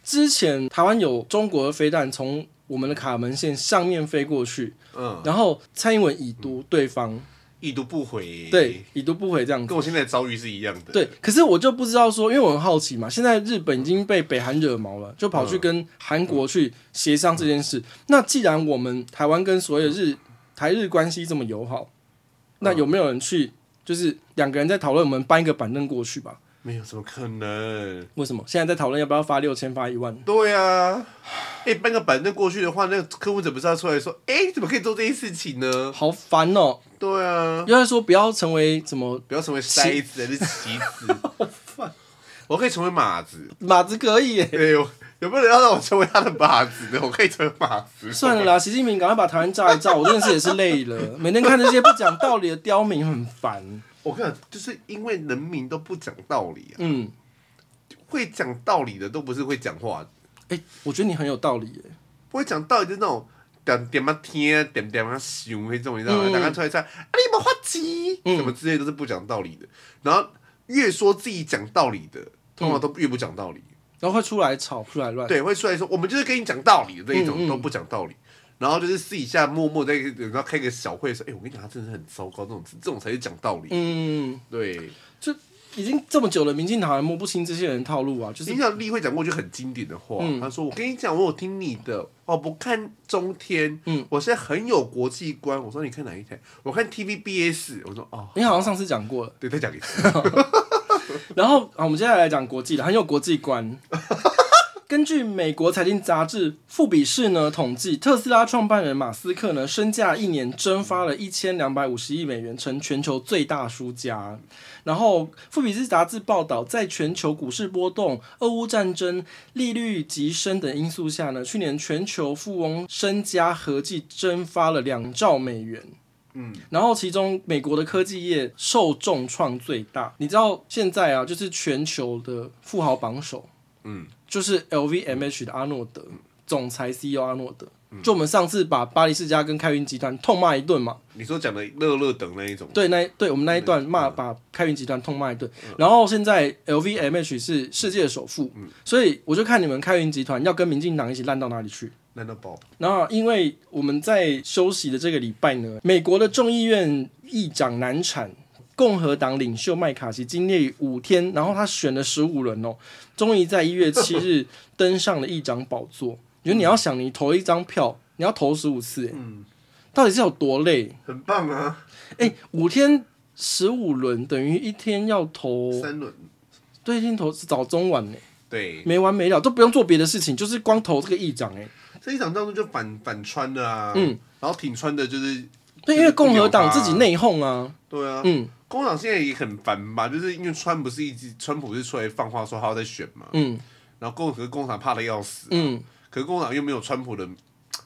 Speaker 2: 之前台湾有中国的飞弹从我们的卡门线上面飞过去，
Speaker 1: 嗯，
Speaker 2: 然后蔡英文已读对方，
Speaker 1: 已读不回，
Speaker 2: 对，，已读不回这样子。
Speaker 1: 跟我现在的遭遇是一样的。
Speaker 2: 对，，可是我就不知道说，因为我很好奇嘛，现在日本已经被北韩惹毛了，就跑去跟韩国去协商这件事。那既然我们台湾跟所有日台日关系这么友好，那有没有人去就是两个人在讨论，我们搬一个板凳过去吧？
Speaker 1: 没有，怎么可能？
Speaker 2: 为什么现在在讨论要不要发六千发一万？
Speaker 1: 对啊，哎、搬个板凳过去的话，那个柯文哲不是要出来说，哎、怎么可以做这些事情呢？
Speaker 2: 好烦哦、
Speaker 1: 对啊，
Speaker 2: 又在说不要成为什么
Speaker 1: 不要成为筛子还是棋
Speaker 2: [LAUGHS]
Speaker 1: 子，好烦。我可以成为马子，
Speaker 2: 马子可以耶。
Speaker 1: 对，有有没有人要让我成为他的马子呢？我可以成为马子。
Speaker 2: [LAUGHS] 算了啦，习近平赶快把台湾炸一炸，我真的是也是累了，每天看这些不讲道理的刁民很烦。
Speaker 1: 我跟你讲，就是因为人民都不讲道理啊，
Speaker 2: 嗯，
Speaker 1: 会讲道理的都不是会讲话的，
Speaker 2: 哎、我觉得你很有道理耶。
Speaker 1: 不会讲道理就是那种点点啊天点点啊想那种，你知道吗？
Speaker 2: 嗯
Speaker 1: 大家出来唱啊你们花鸡什么之类都是不讲道理的，然后越说自己讲道理的，通常都越不讲道理。
Speaker 2: 然后会出来吵，出来乱。
Speaker 1: 对，会出来说我们就是跟你讲道理的这一种、
Speaker 2: 嗯嗯
Speaker 1: 都不讲道理，然后就是私底下默默在然后开个小会说，哎、我跟你讲，他真的是很糟糕，这种这种才是讲道理。
Speaker 2: 嗯，
Speaker 1: 对，
Speaker 2: 就已经这么久了，民进党还摸不清这些人套路啊，就是
Speaker 1: 你想丽慧讲过一句很经典的话，
Speaker 2: 嗯
Speaker 1: 她说：“我跟你讲，我有听你的，我不看中天，
Speaker 2: 嗯
Speaker 1: 我现在很有国际观。”我说：“你看哪一台？”我看 TVBS。我说：“哦，
Speaker 2: 你好像上次讲过了。
Speaker 1: 对，再讲一次。
Speaker 2: 然后，好，我们接下来来讲国际的，很有国际观。 [LAUGHS] 根据美国财经杂志《富比士》呢统计，特斯拉创办人马斯克呢身价一年蒸发了一千两百五十亿美元，成全球最大输家。然后，《富比士》杂志报道，在全球股市波动、俄乌战争、利率急升等因素下呢，去年全球富翁身家合计蒸发了两兆美元。然后其中美国的科技业受重创最大。你知道现在啊，就是全球的富豪榜首，
Speaker 1: 嗯，
Speaker 2: 就是 LVMH 的阿诺德总裁 CEO 阿诺德。就我们上次把巴黎世家跟开云集团痛骂一顿嘛，”
Speaker 1: 你说讲的乐乐等那一种，
Speaker 2: 对，那一对我们那一段骂把开云集团痛骂一顿，然后现在 LVMH 是世界首富，所以我就看你们开云集团要跟民进党一起烂到哪里去。
Speaker 1: 难道爆？
Speaker 2: 那因为我们在休息的这个礼拜呢，美国的众议院议长难产，共和党领袖麦卡锡经历五天，然后他选了十五人哦，终于在一月七日登上了议长宝座。因为你要想，你投一张票，你要投十五次，嗯，到底是有多累？
Speaker 1: 很棒啊！
Speaker 2: 哎，五天十五轮等于一天要投，
Speaker 1: 三轮，
Speaker 2: 对，一天投是早中晚呢，
Speaker 1: 对，
Speaker 2: 没完没了，都不用做别的事情，就是光投这个议长哎。
Speaker 1: 这一场当中就反反穿的啊，
Speaker 2: 嗯，
Speaker 1: 然后挺穿的就是，
Speaker 2: 对，因为共和党自己内讧啊，
Speaker 1: 对啊，
Speaker 2: 嗯
Speaker 1: 共和党现在也很烦吧，就是因为川不是一直川普是出来放话说他要再选嘛，
Speaker 2: 嗯
Speaker 1: 然后共和共和党怕的要死，
Speaker 2: 嗯，
Speaker 1: 可是共和党又没有川普的，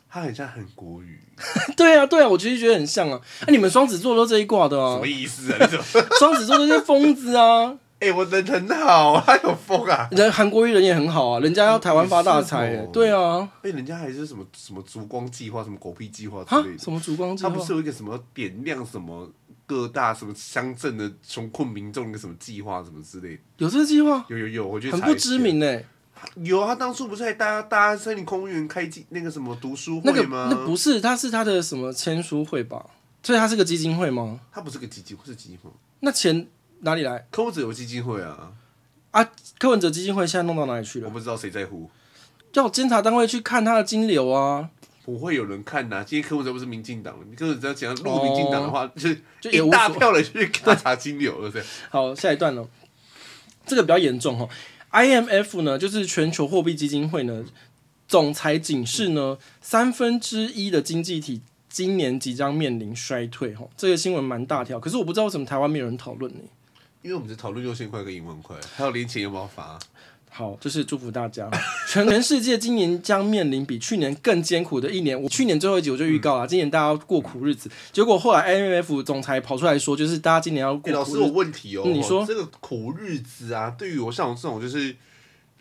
Speaker 1: 他很像韩国语，
Speaker 2: [LAUGHS] 对啊，对啊，我其实觉得很像啊。那、你们双子座都这一挂的
Speaker 1: 什
Speaker 2: 啊
Speaker 1: 么，意思啊？你怎么？
Speaker 2: 双子座都是疯子啊。
Speaker 1: [LAUGHS] 哎、我人很好，他有风啊！
Speaker 2: 人韩国艺人也很好啊，人家要台湾发大财、
Speaker 1: 也是哦
Speaker 2: 对啊，
Speaker 1: 哎、人家还是什么什么烛光计划、什么狗屁计划
Speaker 2: 哈
Speaker 1: 之类，的，
Speaker 2: 什么烛光计
Speaker 1: 他
Speaker 2: 划
Speaker 1: 不？是有一个什么点亮什么各大什么乡镇的穷困民众一个什么计划什么之类的，
Speaker 2: 有这个计划，
Speaker 1: 有有有，我去
Speaker 2: 很
Speaker 1: 查
Speaker 2: 不
Speaker 1: 一
Speaker 2: 知
Speaker 1: 下。
Speaker 2: 名哎、
Speaker 1: 有他当初不是还搭搭森林公园开记那个什么读书
Speaker 2: 那
Speaker 1: 会
Speaker 2: 个
Speaker 1: 吗？
Speaker 2: 那不是，它是它的什么签书会吧？所以它是个基金会吗？
Speaker 1: 他不是个基金会，是基金会。
Speaker 2: 那钱哪里来？
Speaker 1: 柯文哲有基金会啊，
Speaker 2: 柯文哲基金会现在弄到哪里去
Speaker 1: 我
Speaker 2: 了？
Speaker 1: 不知道谁在乎，
Speaker 2: 要监察单位去看它的金流啊，
Speaker 1: 不会有人看呐、今天柯文哲不是民进党，你柯文哲只要入民进党的话，就是
Speaker 2: 哦就也无
Speaker 1: 一大
Speaker 2: 所。
Speaker 1: 票人去查查金流了，对。
Speaker 2: 好，下一段了，这个比较严重哦。IMF 呢，就是全球货币基金会呢，总裁警示呢，三分之一的经济体今年即将面临衰退哦。这个新闻蛮大条，可是我不知道为什么台湾没有人讨论呢。
Speaker 1: 因为我们只讨论六千块跟一万块，还有连钱有没有发？
Speaker 2: 好，就是祝福大家。 [LAUGHS] 全全世界今年将面临比去年更艰苦的一年。我去年最后一集我就预
Speaker 1: 嗯
Speaker 2: 告了，啊今年大家要过苦日子。结果后来 IMF 总裁跑出来说，就是大家今年要
Speaker 1: 哎、
Speaker 2: 过
Speaker 1: 老
Speaker 2: 苦
Speaker 1: 师，
Speaker 2: 日
Speaker 1: 我
Speaker 2: 子。
Speaker 1: 问题哦、
Speaker 2: 嗯你说
Speaker 1: 这个苦日子啊，对于我像我这种就是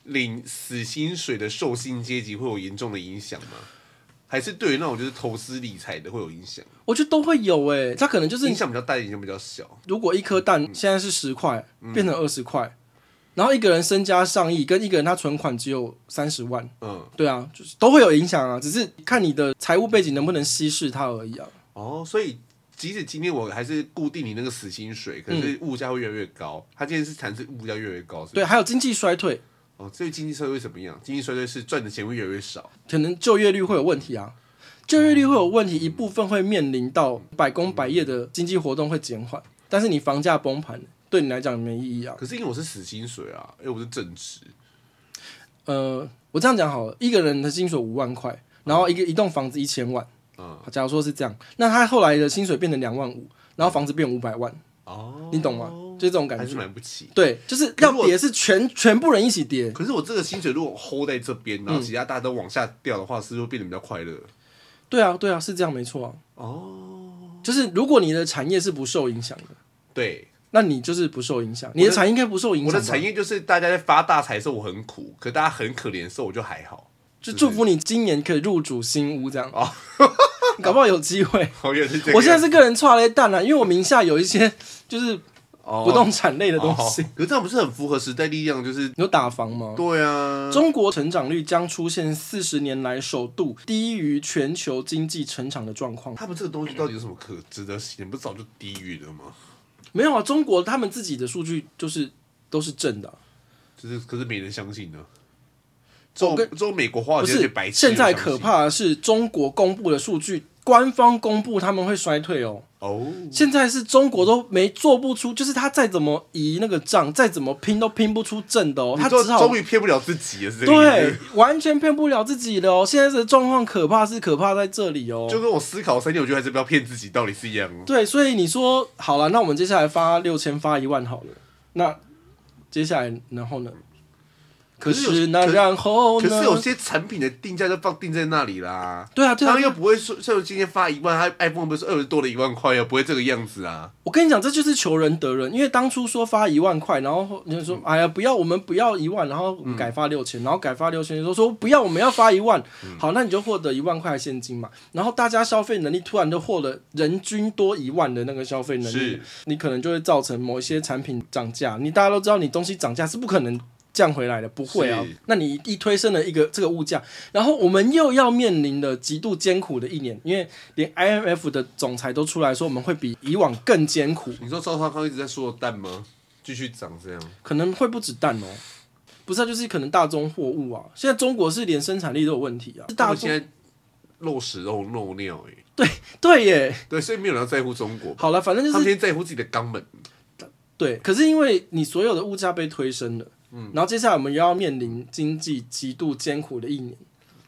Speaker 1: 领死薪水的受薪阶级，会有严重的影响吗？还是对于那种就是投资理财的会有影响？
Speaker 2: 我觉得都会有诶、他可能就是
Speaker 1: 影响比较大，影响比较小。
Speaker 2: 如果一颗蛋现在是十块，变成二十块，然后一个人身家上亿，跟一个人他存款只有三十万，
Speaker 1: 嗯，
Speaker 2: 对啊，就是都会有影响啊，只是看你的财务背景能不能稀释它而已啊。
Speaker 1: 哦，所以即使今天我还是固定你那个死薪水，
Speaker 2: 嗯
Speaker 1: 可是物价会越来越高。它今天是产生物价越来越高，是吧？
Speaker 2: 对，还有经济衰退，
Speaker 1: 哦，所以经济衰退会怎么样？经济衰退是赚的钱会越来越少。
Speaker 2: 可能就业率会有问题啊。就业率会有问题，一部分会面临到百工百业的经济活动会减缓，但是你房价崩盘，对你来讲没意义啊。
Speaker 1: 可是因为我是死薪水啊，因为我是正职，
Speaker 2: 呃，我这样讲好了，一个人的薪水五万块，然后一个一栋房子一千万，
Speaker 1: 嗯，
Speaker 2: 假如说是这样，那他后来的薪水变成两万五，然后房子变五百万，
Speaker 1: 哦，
Speaker 2: 你懂吗？就这种感
Speaker 1: 还是
Speaker 2: 觉。
Speaker 1: 买不起。
Speaker 2: 对，就是
Speaker 1: 可是
Speaker 2: 要
Speaker 1: 我
Speaker 2: 跌是全全部人一起跌，
Speaker 1: 可是我这个薪水如果 hold 在这
Speaker 2: 嗯
Speaker 1: 边，然后其他大家都往下掉的话，是不是会变得比较快乐？
Speaker 2: 对啊，对啊，是这样没错啊。哦，就是如果你的产业是不受影响的，
Speaker 1: 对，
Speaker 2: 那你就是不受影响，你的产业应该不受影
Speaker 1: 我
Speaker 2: 响吧。
Speaker 1: 的产业就是大家在发大财的时候我很苦，可大家很可怜的时候我就还好。
Speaker 2: 就祝福你今年可以入主新屋这样。哦， [LAUGHS] 搞不好有机会。
Speaker 1: 我也是这个，
Speaker 2: 我现在是个人差了一蛋了，因为我名下有一些就是不
Speaker 1: 不
Speaker 2: 动产类的东西。
Speaker 1: 哦
Speaker 2: 哦
Speaker 1: 可是这样不是很符合时代力量？就是
Speaker 2: 你有打房吗？
Speaker 1: 对啊，
Speaker 2: 中国成长率将出现四十年来首度低于全球经济成长的状况。
Speaker 1: 他们这个东西到底有什么可值得信？不是早就低于了吗？
Speaker 2: 没有啊，中国他们自己的数据就是都是正的啊、
Speaker 1: 就是可是没人相信呢。
Speaker 2: 我
Speaker 1: 中
Speaker 2: 跟
Speaker 1: 中美国华尔
Speaker 2: 不
Speaker 1: 街那些
Speaker 2: 是
Speaker 1: 哦白？痴
Speaker 2: 现在
Speaker 1: 都相
Speaker 2: 可
Speaker 1: 信
Speaker 2: 怕的是中国公布的数据，官方公布他们会衰退哦。
Speaker 1: 哦，
Speaker 2: 现在是中国都没做不出，就是他再怎么移那个账，再怎么拼都拼不出正的哦，
Speaker 1: 你
Speaker 2: 他只
Speaker 1: 终
Speaker 2: 好
Speaker 1: 终于骗不了自己了，是这个意思
Speaker 2: 对，完全骗不了自己的哦。现在的状况可怕是可怕在这里哦。
Speaker 1: 就跟我思考三天，我觉得还是不要骗自己，道理是一样哦。
Speaker 2: 对，所以你说好了，那我们接下来发六千，发一万好了。那接下来然后呢？可
Speaker 1: 可是有
Speaker 2: 是那
Speaker 1: 可是
Speaker 2: 然后
Speaker 1: 可
Speaker 2: 呢？
Speaker 1: 是有些产品的定价就放定在那里啦，
Speaker 2: 对啊对啊
Speaker 1: 他，又不会说像今天发一万，他 iPhone 不是二十多了一万块啊，不会这个样子啊。
Speaker 2: 我跟你讲，这就是求人得人，因为当初说发一万块，然后你就说、
Speaker 1: 嗯
Speaker 2: 哎呀不要，我们不要一万，然后改发六千、然后改发六千，就说说不要，我们要发一万，好，那你就获得一万块的现金嘛，然后大家消费能力突然就获得人均多一万的那个消费能力
Speaker 1: 是，
Speaker 2: 你可能就会造成某一些产品涨价，你大家都知道，你东西涨价是不可能。降回来的不会啊
Speaker 1: 是，
Speaker 2: 那你一推升了一个这个物价，然后我们又要面临的极度艰苦的一年，因为连 IMF 的总裁都出来说我们会比以往更艰苦，
Speaker 1: 你说赵少康一直在说蛋吗？继续涨这样，
Speaker 2: 可能会不止蛋哦，不是、啊，就是可能大宗货物啊。现在中国是连生产力都有问题啊，是
Speaker 1: 他
Speaker 2: 大
Speaker 1: 们现
Speaker 2: 宗
Speaker 1: 在漏屎漏漏尿哎、
Speaker 2: 对耶。
Speaker 1: 对，所以没有人要在乎中国，
Speaker 2: 好了，反正
Speaker 1: 他
Speaker 2: 就
Speaker 1: 们
Speaker 2: 是
Speaker 1: 今天在乎自己的肛门。
Speaker 2: 对，可是因为你所有的物价被推升了，嗯，然后接下来我们又要面临经济极度艰苦的一年，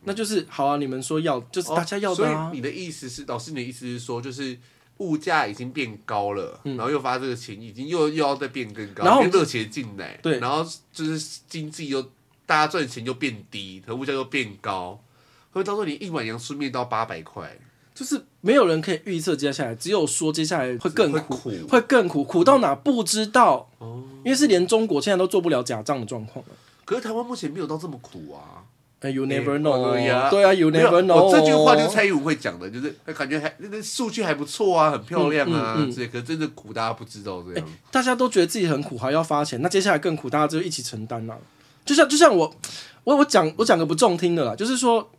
Speaker 2: 那就是好啊，你们说要就是大家要的
Speaker 1: 嗯哦
Speaker 2: 啊
Speaker 1: 所以，你的意思是，老师你的意思是说，就是物价已经变高了，然后又发这个钱，已经又又要再变更高，
Speaker 2: 嗯然后我
Speaker 1: 因
Speaker 2: 们
Speaker 1: 为热钱进来，
Speaker 2: 对
Speaker 1: 然后就是经济又大家赚钱又变低，和物价又变高，会到时候你一碗阳春面到八百块，
Speaker 2: 就是没有人可以预测接下来，只有说接下来会更
Speaker 1: 会
Speaker 2: 苦，
Speaker 1: 苦
Speaker 2: 会更苦，苦到哪不知道，
Speaker 1: 哦
Speaker 2: 因为是连中国现在都做不了假账的状况了。
Speaker 1: 可是台湾目前没有到这么苦啊，
Speaker 2: 哎，You never
Speaker 1: 哎哎呀
Speaker 2: know，对啊，You
Speaker 1: 没有
Speaker 2: never know，
Speaker 1: 我这句话就是蔡依文会讲的，就是哎感觉还那个数据还不错啊，很漂亮啊，
Speaker 2: 嗯嗯嗯哎
Speaker 1: 这些可是真的苦大家不知道这样。
Speaker 2: 大家都觉得自己很苦，还要发钱，那接下来更苦，大家就一起承担啦。就像就像我，我我讲我讲个不中听的啦，就是说，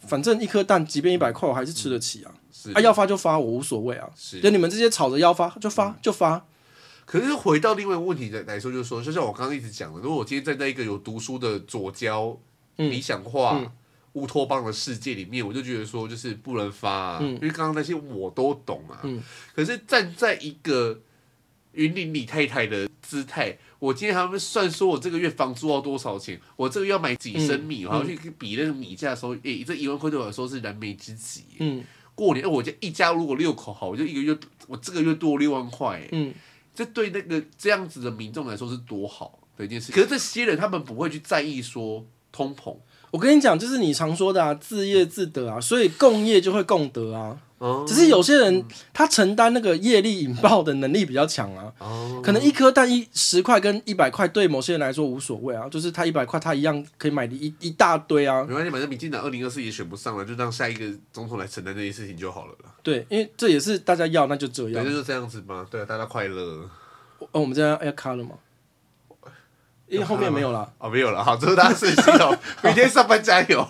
Speaker 2: 反正一颗蛋即便一百块，我还是吃得起啊。
Speaker 1: 嗯是
Speaker 2: 啊，要发就发，我无所谓啊。
Speaker 1: 是嗯
Speaker 2: 就你们这些吵着要发就发就发，
Speaker 1: 可是回到另外一个问题来来说，就是说，就像我刚刚一直讲的，如果我今天站在一个有读书的左交、理想化、乌托邦的世界里面，我就觉得说，就是不能发、啊，因为刚刚那些我都懂啊。可是站在一个云林李太太的姿态，我今天还会算说我这个月房租要多少钱，我这个月要买几升米，然后去比那个米价的时候，诶、这一万块对我来说是燃眉之急。
Speaker 2: 嗯
Speaker 1: 过年，我家一家如果六口好，我就一个月，我这个月多六万块、诶
Speaker 2: 嗯，
Speaker 1: 这对那个这样子的民众来说是多好的一件事。可是这些人他们不会去在意说通膨，
Speaker 2: 我跟你讲，就是你常说的啊，自业自得啊，所以共业就会共得啊。
Speaker 1: 哦
Speaker 2: 只是有些人他承担那个业力引爆的能力比较强啊，
Speaker 1: 哦，
Speaker 2: 可能一颗蛋一十块跟一百块对某些人来说无所谓啊，就是他一百块他一样可以买一一大堆啊。
Speaker 1: 没关系，反正民进党二零二四也选不上了，就让下一个总统来承担这件事情就好了啦。
Speaker 2: 对，因为这也是大家要，那就这
Speaker 1: 对，
Speaker 2: 样
Speaker 1: 那。就这样子吧。对啊，大家快乐。
Speaker 2: 哦，我们这样要卡了吗？因为后面没有啦。
Speaker 1: [LAUGHS] 哦，没有了，好，祝大家顺心哦，明天上班加油。